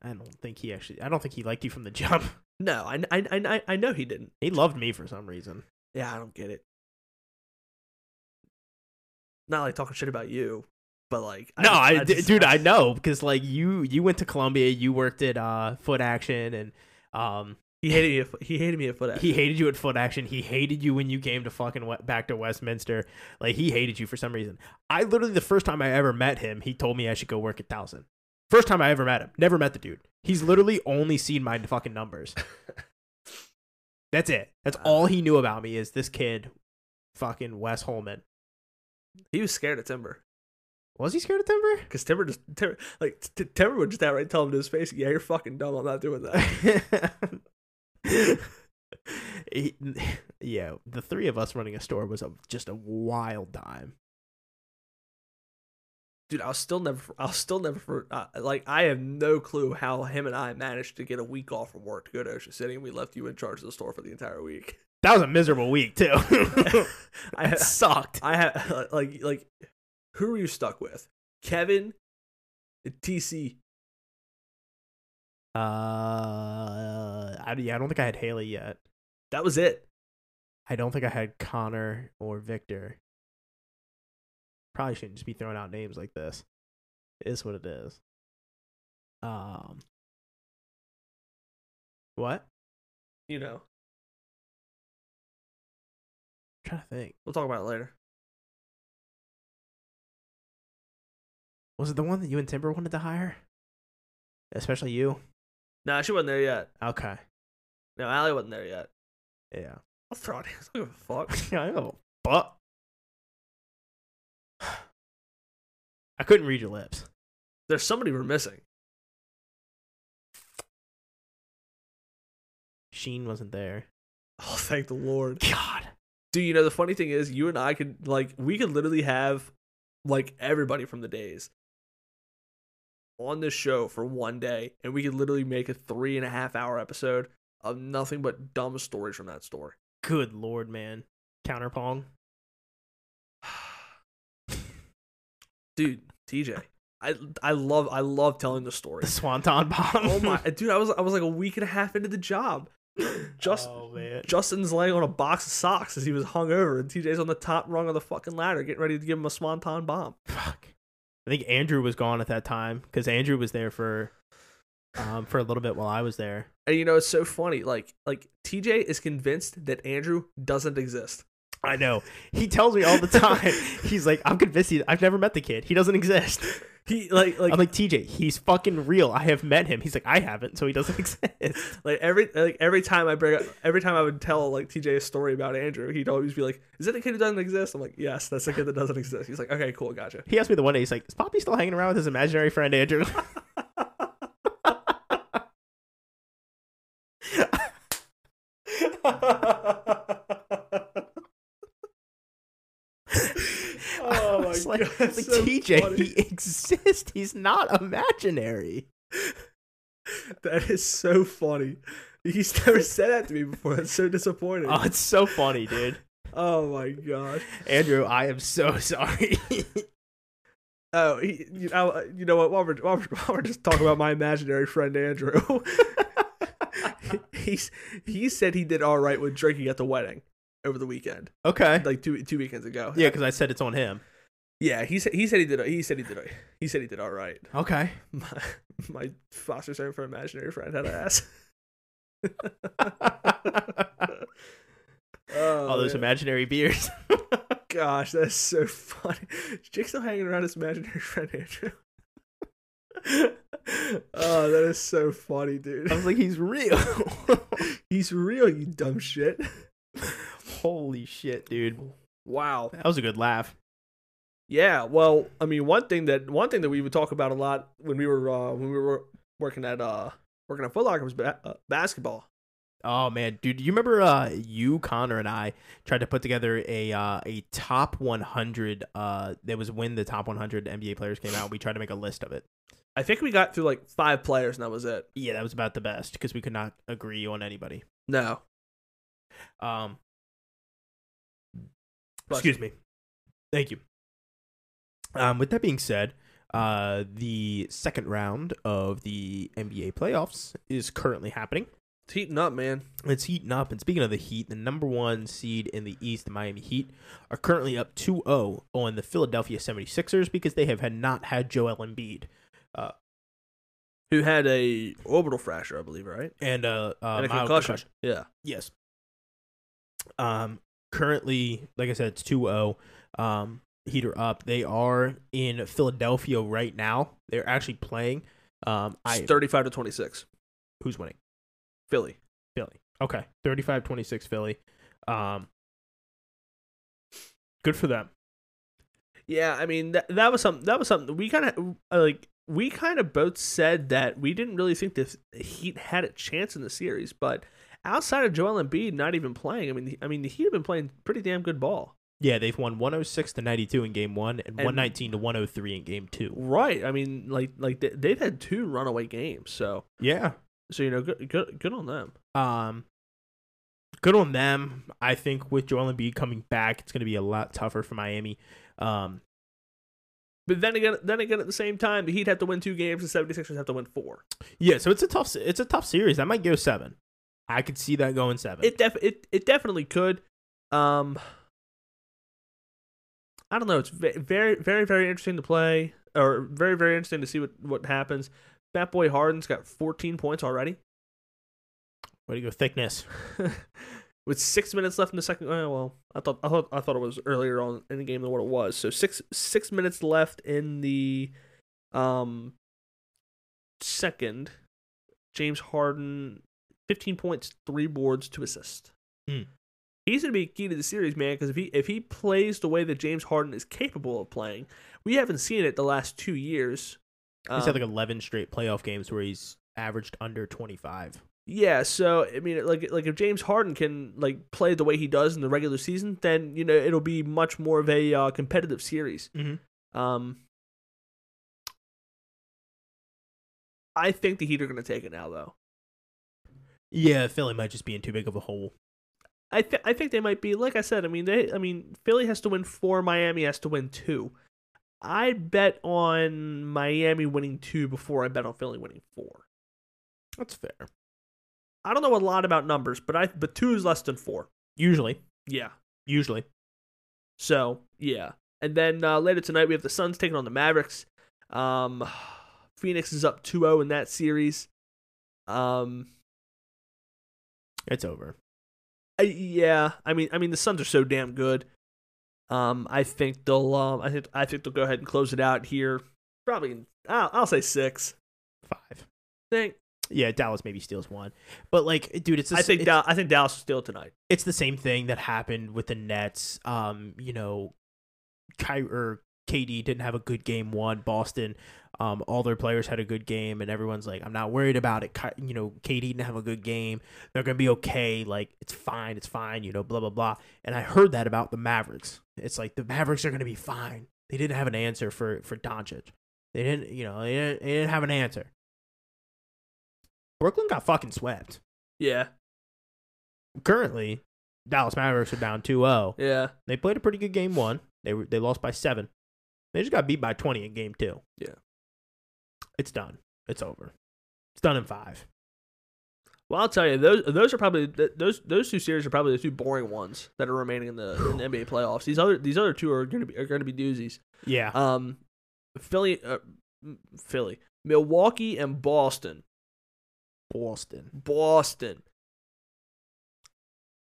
B: I don't think he actually. I don't think he liked you from the jump.
A: No, I, I, I, I know he didn't.
B: He loved me for some reason.
A: Yeah, I don't get it. Not like talking shit about you, but like
B: no, I, d-
A: just-
B: dude,
A: I
B: I know because like you, you went to Columbia, you worked at uh Foot Action, and um,
A: He hated me. At, fo- he hated me at foot action.
B: He hated you at foot action. He hated you when you came to fucking we- back to Westminster. Like he hated you for some reason. I literally the first time I ever met him, he told me I should go work at Thousand. First time I ever met him. Never met the dude. He's literally only seen my fucking numbers. That's it. That's all he knew about me is this kid, fucking Wes Holman.
A: He was scared of Timber
B: Was he scared of Timber?
A: because Timber just Timber, like t- Timber would just outright tell him to his face, "Yeah, you're fucking dumb. I'm not doing that."
B: He- yeah, the three of us running a store was a, just a wild time.
A: Dude, I'll still never. I'll still never. for- Uh, like I have no clue how him and I managed to get a week off from work to go to Ocean City, and we left you in charge of the store for the entire week.
B: That was a miserable week too.
A: I
B: it sucked.
A: I have like like who are you stuck with? Kevin, TC.
B: Uh, I, yeah, I don't think I had Haley yet.
A: That was it.
B: I don't think I had Connor or Victor. Probably shouldn't just be throwing out names like this. It is what it is. Um, what?
A: You know,
B: I'm trying to think.
A: we'll talk about it later.
B: Was it the one that you and Timber wanted to hire? Especially you.
A: Nah, she wasn't there yet.
B: Okay.
A: No, Allie wasn't there yet.
B: Yeah.
A: I'll throw it. I don't give a fuck.
B: I don't give a fuck. I couldn't read your lips.
A: There's somebody we're missing.
B: Sheen wasn't there.
A: Oh, thank the Lord.
B: God.
A: Dude, you know the funny thing is, you and I could like we could literally have like everybody from the days on this show for one day, and we could literally make a three and a half hour episode of nothing but dumb stories from that store.
B: Good lord, man. Counterpong.
A: dude tj i i love i love telling the story
B: The swanton bomb.
A: oh my dude i was i was like a week and a half into the job just
B: Oh, man.
A: justin's laying on a box of socks as he was hung over and tj's on the top rung of the fucking ladder getting ready to give him a swanton bomb
B: Fuck. I think Andrew was gone at that time because Andrew was there for um for a little bit while I was there.
A: and you know it's so funny like like tj is convinced that andrew doesn't exist
B: I know. He tells me all the time. He's like, I'm convinced he, I've never met the kid. He doesn't exist.
A: he like like
B: I'm like, TJ, he's fucking real. I have met him. He's like, I haven't, so he doesn't exist.
A: like every like every time I bring up every time I would tell like TJ a story about Andrew, he'd always be like, "Is that the kid who doesn't exist?" I'm like, "Yes, that's the kid that doesn't exist." He's like, "Okay, cool, gotcha."
B: He asked me the one day, he's like, Is Poppy still hanging around with his imaginary friend Andrew?
A: Oh my
B: It's like,
A: God,
B: it's like,
A: so
B: TJ,
A: funny.
B: he exists. He's not imaginary.
A: That is so funny. He's never said that to me before. That's so disappointing.
B: Oh, it's so funny, dude.
A: oh my gosh.
B: Andrew, I am so sorry.
A: Oh, he, you know, uh, you know what? While we're, while, we're, while we're just talking about my imaginary friend Andrew, he's he said he did all right with drinking at the wedding over the weekend,
B: okay.
A: like two two weekends ago.
B: Yeah, because I said it's on him.
A: yeah. He said he said he did he said he did he said he did all right.
B: Okay.
A: My, my foster son for imaginary friend had an ass. Oh,
B: All those
A: man.
B: imaginary beers.
A: gosh, that's so funny. Jake's still hanging around his imaginary friend Andrew. oh, that is so funny, dude.
B: I was like, he's real.
A: He's real, you dumb shit.
B: Holy shit, dude.
A: Wow.
B: That was a good laugh.
A: Yeah. Well, I mean, one thing that one thing that we would talk about a lot when we were uh, when we were working at uh working at Foot Locker was ba- uh, basketball.
B: Oh man, dude, you remember uh you Connor and I tried to put together a uh a top 100 uh that was when the top 100 NBA players came out. We tried to make a list of it.
A: I think we got through like five players, and that was it.
B: Yeah, that was about the best because we could not agree on anybody.
A: No.
B: Um
A: But-
B: excuse me. Thank you. Um with that being said, uh the second round of the NBA playoffs is currently happening.
A: It's heating up, man.
B: It's heating up. And speaking of the Heat, the number one seed in the East, the Miami Heat, are currently up 2 0 on the Philadelphia 76ers because they have had not had Joel Embiid. Uh,
A: who had a orbital fracture, I believe, right?
B: and uh, uh
A: and a
B: mild
A: concussion. Yeah.
B: Yes. Um, currently, like I said, it's 2 0. Um, heater up. They are in Philadelphia right now. They're actually playing. Um,
A: It's
B: I
A: 35 to 26.
B: who's winning?
A: Philly.
B: Philly. Okay. 35 26 Philly. Um, good for them.
A: Yeah, I mean that that was something that was something we kind of like we kind of both said that we didn't really think the Heat had a chance in the series, but outside of Joel Embiid not even playing, I mean the, I mean the Heat have been playing pretty damn good ball.
B: Yeah, they've won 106 to 92 in game one
A: And-
B: and, 119 to 103 in game two.
A: Right. I mean like like they, they've had two runaway games, so
B: Yeah.
A: so you know good good, good on them.
B: Um, good on them. I think with Joel Embiid coming back, it's going to be a lot tougher for Miami. Um,
A: But then again then again at the same time, the Heat have to win two games and 76ers have to win four.
B: yeah, so it's a tough, it's a tough series. I might go seven. I could see that going seven.
A: It def it, it definitely could. Um, I don't know. It's ve- very very very interesting to play, or very very interesting to see what what happens. Fat boy Harden's got 14 points already,
B: Way to go, thickness.
A: with six minutes left in the second. Oh, well, I thought I thought I thought it was earlier on in the game than what it was. So six six minutes left in the um second. James Harden, 15 points, three boards, two assists.
B: Hmm.
A: He's going to be key to the series, man. Because if he if he plays the way that James Harden is capable of playing, we haven't seen it the last two years.
B: He's
A: Um,
B: had like 11 straight playoff games where he's averaged under 25.
A: Yeah, so I mean, like, like if James Harden can like play the way he does in the regular season, then you know it'll be much more of a uh, competitive series.
B: Mhm.
A: Um, I think the Heat are going to take it now, though.
B: Yeah, Philly might just be in too big of a hole.
A: I th- I think they might be. Like I said, I mean, they, I mean, Philly has to win four, Miami has to win two. I bet on Miami winning two before I bet on Philly winning four.
B: That's fair.
A: I don't know a lot about numbers, but I but two is less than four.
B: Usually,
A: Yeah.
B: usually.
A: So yeah, and then uh, later tonight we have the Suns taking on the Mavericks. Um, Phoenix is up 2-0 in that series. Um,
B: It's over.
A: I, yeah, I mean, I mean the Suns are so damn good. Um, I think they'll, um, I think, I think they'll go ahead and close it out here. Probably, in- I'll, I'll say six.
B: Five.
A: Think
B: Yeah, Dallas maybe steals one. But like, dude, it's the
A: I think
B: it's,
A: Dal- I think Dallas will steal tonight.
B: it's the same thing that happened with the Nets. Um, you know, Ky- or KD didn't have a good game one. Boston, um, all their players had a good game, and everyone's like, "I'm not worried about it." Ky- you know, KD didn't have a good game. They're gonna be okay. Like it's fine. It's fine. You know, blah blah blah. And I heard that about the Mavericks. It's like the Mavericks are gonna be fine. They didn't have an answer for for Doncic. They didn't. You know, they didn't, they didn't have an answer. Brooklyn got fucking swept
A: Yeah,
B: currently Dallas Mavericks are down 2-0.
A: yeah,
B: They played a pretty good game one. They were, they lost by 7. They just got beat by 20 in game 2.
A: Yeah.
B: It's done. It's over. It's done in 5.
A: Well, I'll tell you those those are probably th- those those two series are probably the two boring ones that are remaining in the, in the NBA playoffs. These other these other two are gonna be are gonna be doozies.
B: Yeah.
A: Um, Philly, uh, m- Philly, Milwaukee, and Boston.
B: Boston.
A: Boston.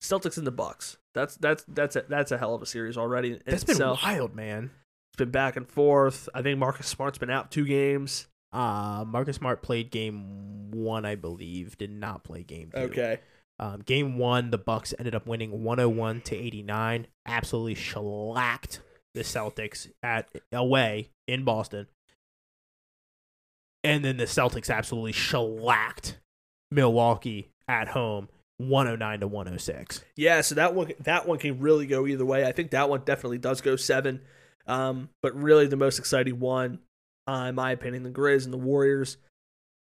A: Celtics and the Bucks. That's that's that's a, that's a hell of a series already. in
B: That's been
A: itself.
B: wild, man.
A: It's been back and forth. I think Marcus Smart's been out two games.
B: Uh Marcus Smart played game 1, I believe, did not play game 2. Um, game 1, the Bucks ended up winning 101 to 89. Absolutely shellacked the Celtics at away in Boston. And then the Celtics absolutely shellacked Milwaukee at home 109 to 106.
A: Yeah, so that one that one can really go either way. I think that one definitely does go seven. Um, but really the most exciting one, uh, in my opinion, the Grizz and the Warriors.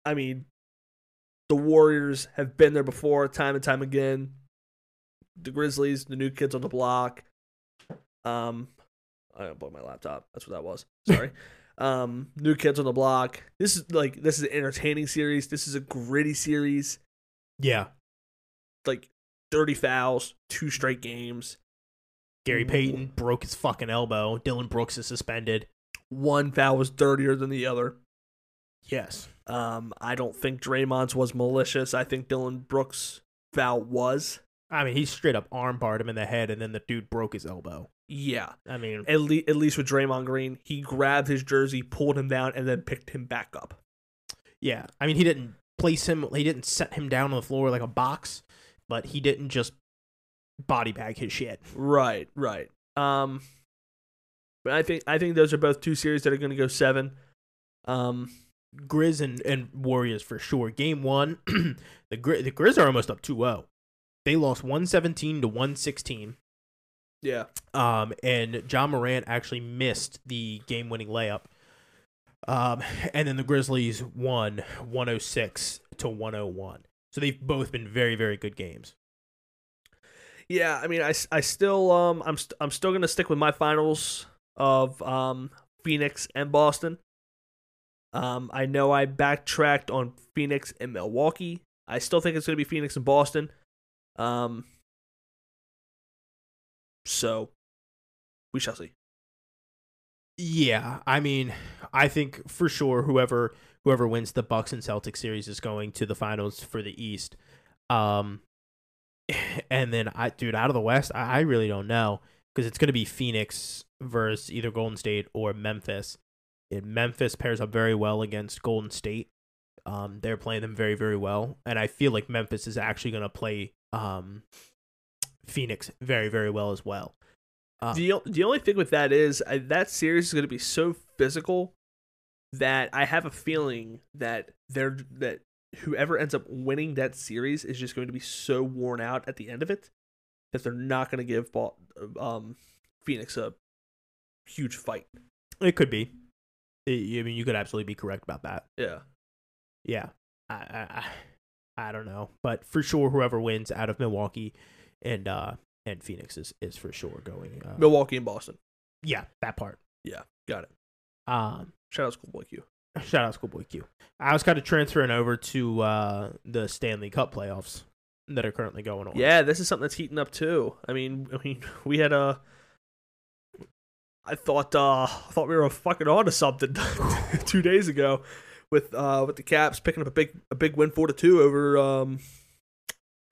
A: I mean, the Warriors have been there before, time and time again. The Grizzlies, the new kids on the block. Um, I unplugged my laptop. That's what that was. Sorry. um, new kids on the block. This is like this is an entertaining series. This is a gritty series
B: Yeah.
A: like 30 fouls, two straight games,
B: Gary Payton broke his fucking elbow. Dylan Brooks is suspended.
A: one foul was dirtier than the other.
B: Yes.
A: Um, I don't think Draymond's was malicious. I think Dylan Brooks' foul was.
B: I mean, he straight up armbarred him in the head, and then the dude broke his elbow.
A: Yeah.
B: I mean,
A: At, le- at least with Draymond Green, he grabbed his jersey, pulled him down, and then picked him back up.
B: yeah. I mean, he didn't place him. He didn't set him down on the floor like a box, but he didn't just body bag his shit.
A: Right, right. Um, but I think I think those are both two series that are going to go seven. Um,
B: Grizz and, and Warriors for sure. Game one, the Gri- the Grizz are almost up 2-0. They lost 117 to 116.
A: yeah,
B: Um, and John Morant actually missed the game winning layup. Um, and then the Grizzlies won 106 to 101. So they've both been very, very good games.
A: yeah. I mean, I, s- I still um I'm st- I'm still going to stick with my finals of um Phoenix and Boston. Um, I know I backtracked on Phoenix and Milwaukee. I still think it's going to be Phoenix and Boston. Um, so we shall see.
B: Yeah, I mean, I think for sure whoever whoever wins the Bucks and Celtics series is going to the finals for the East. Um, and then I, dude, out of the West, I, I really don't know because it's going to be Phoenix versus either Golden State or Memphis. And Memphis pairs up very well against Golden State. Um, they're playing them very very well, and I feel like Memphis is actually going to play um Phoenix very very well as well. Uh,
A: the o- the only thing with that is I, that series is going to be so physical that I have a feeling that they're that whoever ends up winning that series is just going to be so worn out at the end of it that they're not going to give ball, um Phoenix a huge fight.
B: It could be. I I mean, you could absolutely be correct about that.
A: Yeah.
B: Yeah, I, I, I I don't know, but for sure, whoever wins out of Milwaukee and uh and Phoenix is is for sure going. Uh,
A: Milwaukee and Boston.
B: yeah, that part.
A: Yeah, got it.
B: Um,
A: Shout out Schoolboy Q.
B: shout out Schoolboy Q. I was kind of transferring over to uh the Stanley Cup playoffs that are currently going on.
A: Yeah, this is something that's heating up too. I mean, I mean, we had a. I thought uh, I thought we were fucking onto something two days ago, with uh, with the Caps picking up a big a big win four to two over um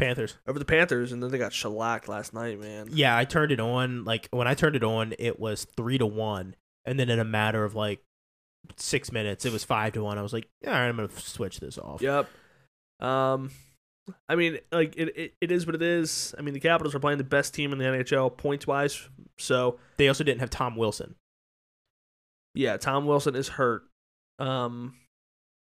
B: Panthers.
A: over the Panthers, and then they got shellacked last night, man.
B: Yeah, I turned it on. Like when I turned it on, it was three to one, and then in a matter of like six minutes, it was five to one. I was like, all right, I'm gonna switch this off.
A: Yep. Um, I mean, like it, it, it is what it is. I mean, the Capitals are playing the best team in the NHL points wise, so
B: They also didn't have Tom Wilson.
A: yeah, Tom Wilson is hurt. Um,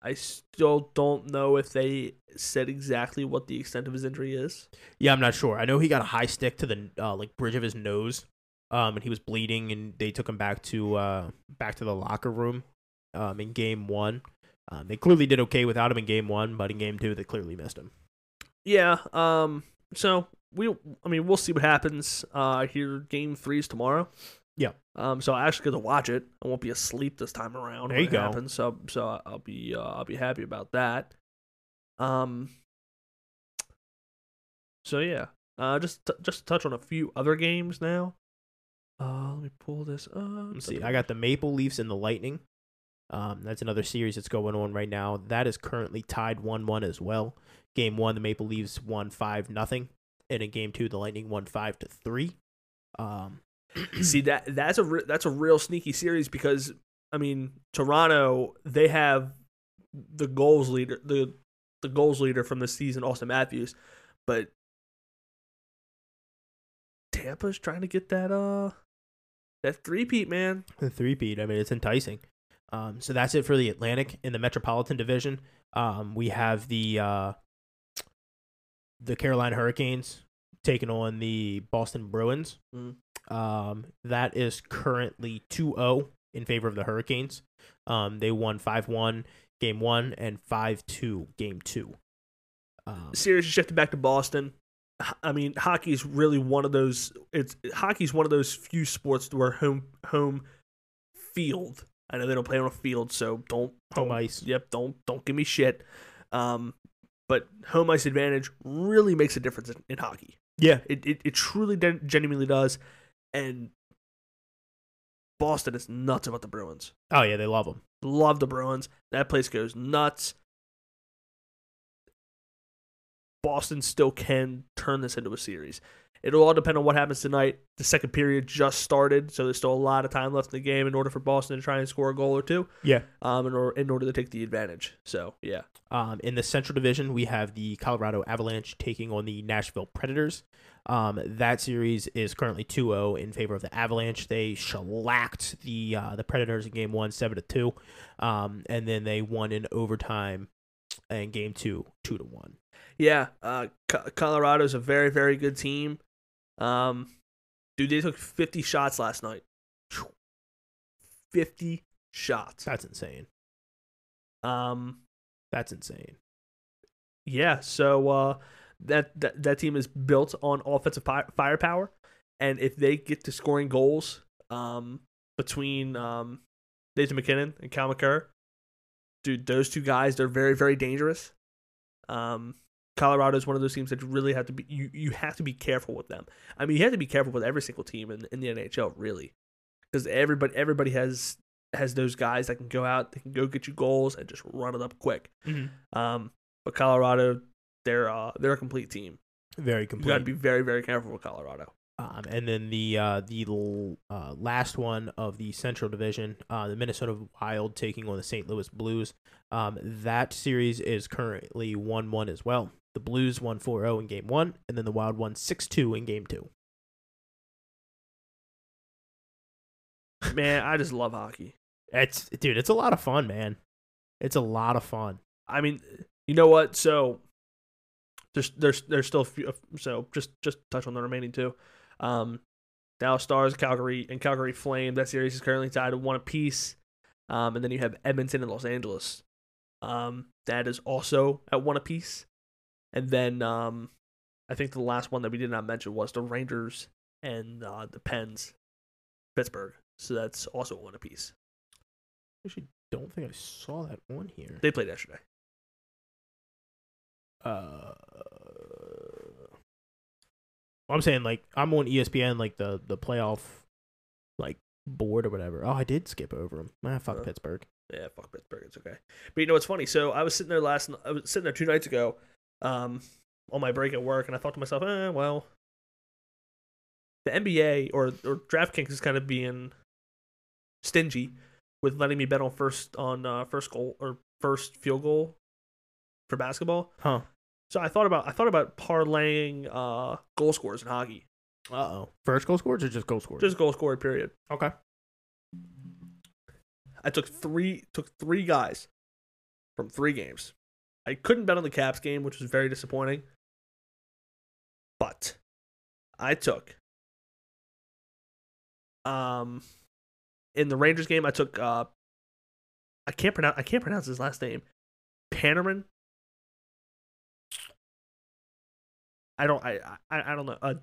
A: I still don't know if they said exactly what the extent of his injury is.
B: Yeah, I'm not sure. I know he got a high stick to the uh, like bridge of his nose, um, and he was bleeding, and they took him back to uh, back to the locker room, um, in game one. Um, they clearly did okay without him in game one, but in game two, they clearly missed him.
A: Yeah. Um. So we, I mean, we'll see what happens. Uh, here, game three is tomorrow.
B: Yeah.
A: Um. So I actually get to watch it. I won't be asleep this time around.
B: There
A: when
B: you
A: it
B: go.
A: Happens, so so I'll be uh, I'll be happy about that. Um. So yeah. Uh. Just t- just touch on a few other games now. Uh. Let me pull this up.
B: Let's see. I got the Maple Leafs and the Lightning. Um, that's another series that's going on right now. That is currently tied one-one as well. Game one, the Maple Leafs won five nothing, and in game two, the Lightning won five to three. Um,
A: See that that's a re- that's a real sneaky series because I mean Toronto they have the goals leader the the goals leader from this season Austin Matthews, but Tampa's trying to get that uh that three peat man.
B: the three beat. I mean, it's enticing. Um, so that's it for the Atlantic in the Metropolitan Division. Um, we have the uh, the Carolina Hurricanes taking on the Boston Bruins.
A: Mm.
B: Um, that is currently 2-0 in favor of the Hurricanes. Um, they won 5-1 game 1 and 5-2 game 2. Um,
A: Series is shifted back to Boston. H- I mean hockey's really one of those it's hockey's one of those few sports where home home field. I know they don't play on a field, so don't
B: home
A: don't-
B: ice.
A: Yep, don't don't give me shit. Um, but home ice advantage really makes a difference in, in hockey.
B: Yeah.
A: It it, it truly gen- genuinely does. And Boston is nuts about the Bruins.
B: Oh yeah, they love them.
A: Love the Bruins. That place goes nuts. Boston still can turn this into a series. It'll all depend on what happens tonight. The second period just started, so there's still a lot of time left in the game in order for Boston to try and score a goal or two.
B: Yeah.
A: Um, in, or, in order to take the advantage. So yeah,
B: Um, in the Central Division, we have the Colorado Avalanche taking on the Nashville Predators. Um, that series is currently 2-0 in favor of the Avalanche. They shellacked the uh, the Predators in Game One, seven to two, um, and then they won in overtime in Game Two, two to one.
A: yeah. Uh, Co- Colorado's a very very good team. Um, dude, they took 50 shots last night. 50 shots.
B: That's insane.
A: Um,
B: That's insane.
A: yeah. So uh, that, that that team is built on offensive pi- firepower, and if they get to scoring goals, um, between um, Nathan McKinnon and Cal McCurr, dude, those two guys they're very very dangerous. Um, Colorado is one of those teams that you really have to be you, you have to be careful with them. I mean, you have to be careful with every single team in in the NHL really, because everybody everybody has has those guys that can go out, they can go get you goals and just run it up quick. Um, but Colorado, they're uh, they're a complete team.
B: Very
A: You got to
B: complete.
A: be very very careful with Colorado.
B: Um, and then the uh, the l- uh, last one of the Central Division, uh, the Minnesota Wild taking on the St. Louis Blues. Um, that series is currently one one as well. The Blues won 4-0 in Game One, and then the Wild won 6-2 in Game Two.
A: Man, I just love hockey.
B: It's dude, it's a lot of fun, man. It's a lot of fun.
A: I mean, you know what? So there's there's there's still a few, so just just touch on the remaining two. Um, Dallas Stars, Calgary, and Calgary Flame. That series is currently tied at one apiece. Um, and then you have Edmonton and Los Angeles. Um, that is also at one apiece. And then um, I think the last one that we did not mention was the Rangers and uh, the Pens, Pittsburgh. So that's also one apiece.
B: Actually, don't think I saw that on here.
A: They played yesterday.
B: Uh, I'm saying like I'm on E ESPN like the the playoff like board or whatever. Oh, I did skip over them. Ah, fuck
A: Uh.
B: Pittsburgh.
A: Yeah, fuck Pittsburgh. It's okay. But you know, it's funny. So I was sitting there last. I was sitting there two nights ago, um, on my break at work, and I thought to myself, eh, well, the NBA or or DraftKings is kind of being stingy with letting me bet on first on uh, first goal or first field goal for basketball.
B: Huh.
A: So I thought about I thought about parlaying uh goal scores in hockey,
B: Uh oh. First goal scores or just goal scores?
A: just goal scored period.
B: okay.
A: I took three took three guys from three games. I couldn't bet on the Caps game, which was very disappointing. But I took um in the Rangers game I took uh I can't pronounce I can't pronounce his last name. Panarin. I don't I I, I don't know. Uh,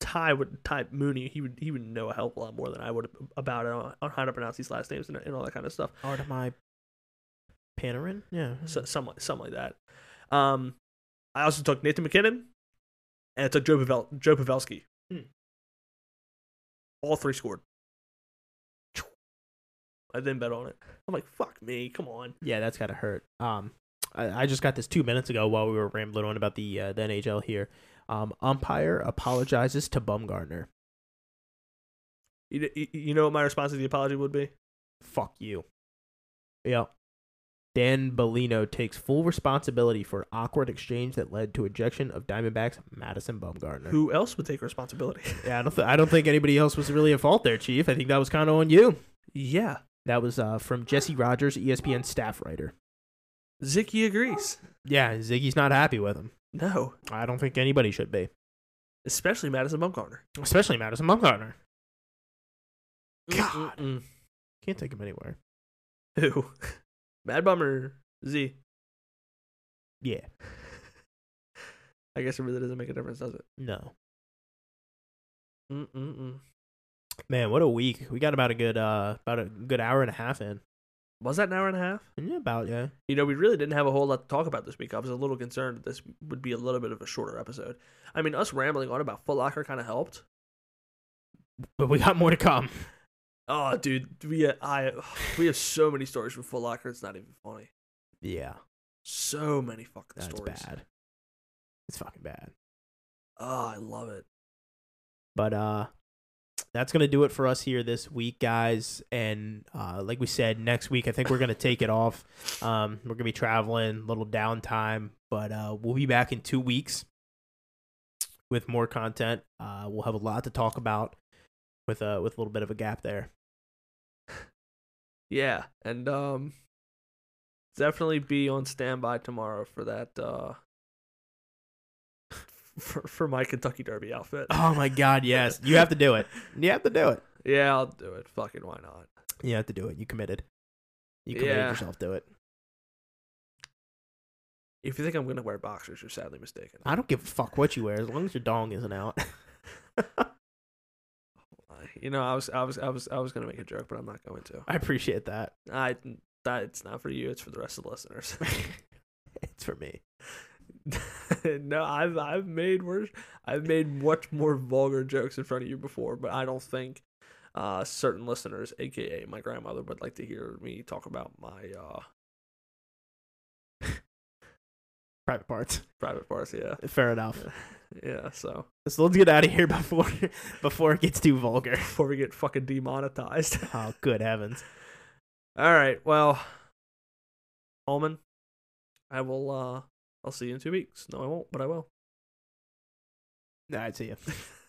A: Ty would Ty Mooney he would he would know a hell of a lot more than I would about it on, on how to pronounce these last names and, and all that kind of stuff.
B: Artemi Panarin. Yeah.
A: So, something something like that. Um, I also took Nathan McKinnon, and I took Joe, Pavel, Joe Pavelski.
B: Hmm.
A: All three scored. I then bet on it. I'm like, fuck me, come on.
B: Yeah, that's gotta hurt. Um, I, I just got this two minutes ago while we were rambling on about the uh, the NHL here. Um, umpire apologizes to Bumgarner.
A: You, you, you know what my response to the apology would be?
B: fuck you. Yeah. Dan Bellino takes full responsibility for awkward exchange that led to ejection of Diamondbacks Madison Bumgarner.
A: Who else would take responsibility?
B: Yeah, I don't, th- I don't think anybody else was really at fault there, Chief. I think that was kind of on you.
A: yeah,
B: That was uh, from Jesse Rogers, ESPN staff writer.
A: Zicky agrees.
B: Yeah, Ziggy's not happy with him.
A: No,
B: I don't think anybody should be,
A: especially Madison Bumgarner.
B: especially Madison Bumgarner. God.
A: Mm-mm.
B: Can't take him anywhere.
A: Who? Mad Bummer Z.
B: Yeah,
A: I guess it really doesn't make a difference, does it?
B: no.
A: Mm-mm-mm.
B: Man, what a week. We got about a good uh about a good hour and a half in.
A: Was that an hour and a half?
B: Yeah, about yeah.
A: You know, we really didn't have a whole lot to talk about this week. I was a little concerned that this would be a little bit of a shorter episode. I mean, us rambling on about Foot Locker kind of helped.
B: But we got more to come.
A: Oh, dude, we I we have so many stories from Foot Locker. It's not even funny.
B: Yeah,
A: So many fucking
B: that's
A: stories.
B: bad. It's fucking bad.
A: Oh, I love it.
B: But uh that's gonna do it for us here this week, guys. And uh like we said, next week I think we're gonna take it off. Um we're gonna be traveling, little downtime, but uh we'll be back in two weeks with more content. Uh we'll have a lot to talk about with uh with a little bit of a gap there.
A: Yeah, and um, definitely be on standby tomorrow for that. uh for, for my Kentucky Derby outfit.
B: Oh my god, yes. You have to do it. You have to do it.
A: Yeah, I'll do it. Fucking why not?
B: You have to do it. You committed. You committed
A: Yeah.
B: yourself to it.
A: If you think I'm gonna wear boxers, you're sadly mistaken.
B: I don't give a fuck what you wear as long as your dong isn't out.
A: You know, I was, I was, I was, I was gonna make a joke, but I'm not going to.
B: I appreciate that.
A: I that it's not for you. It's for the rest of the listeners.
B: it's for me.
A: no, I've I've made worse. I've made much more vulgar jokes in front of you before, but I don't think uh, certain listeners, aka my grandmother, would like to hear me talk about my uh,
B: Private parts.
A: private parts. Yeah,
B: Fair enough.
A: yeah. So
B: So let's get out of here before before it gets too vulgar.
A: before we get fucking demonetized.
B: Oh, good heavens!
A: All right. Well, Alman, I will. uh I'll see you in two weeks. No, I won't, but I will.
B: All right, see you.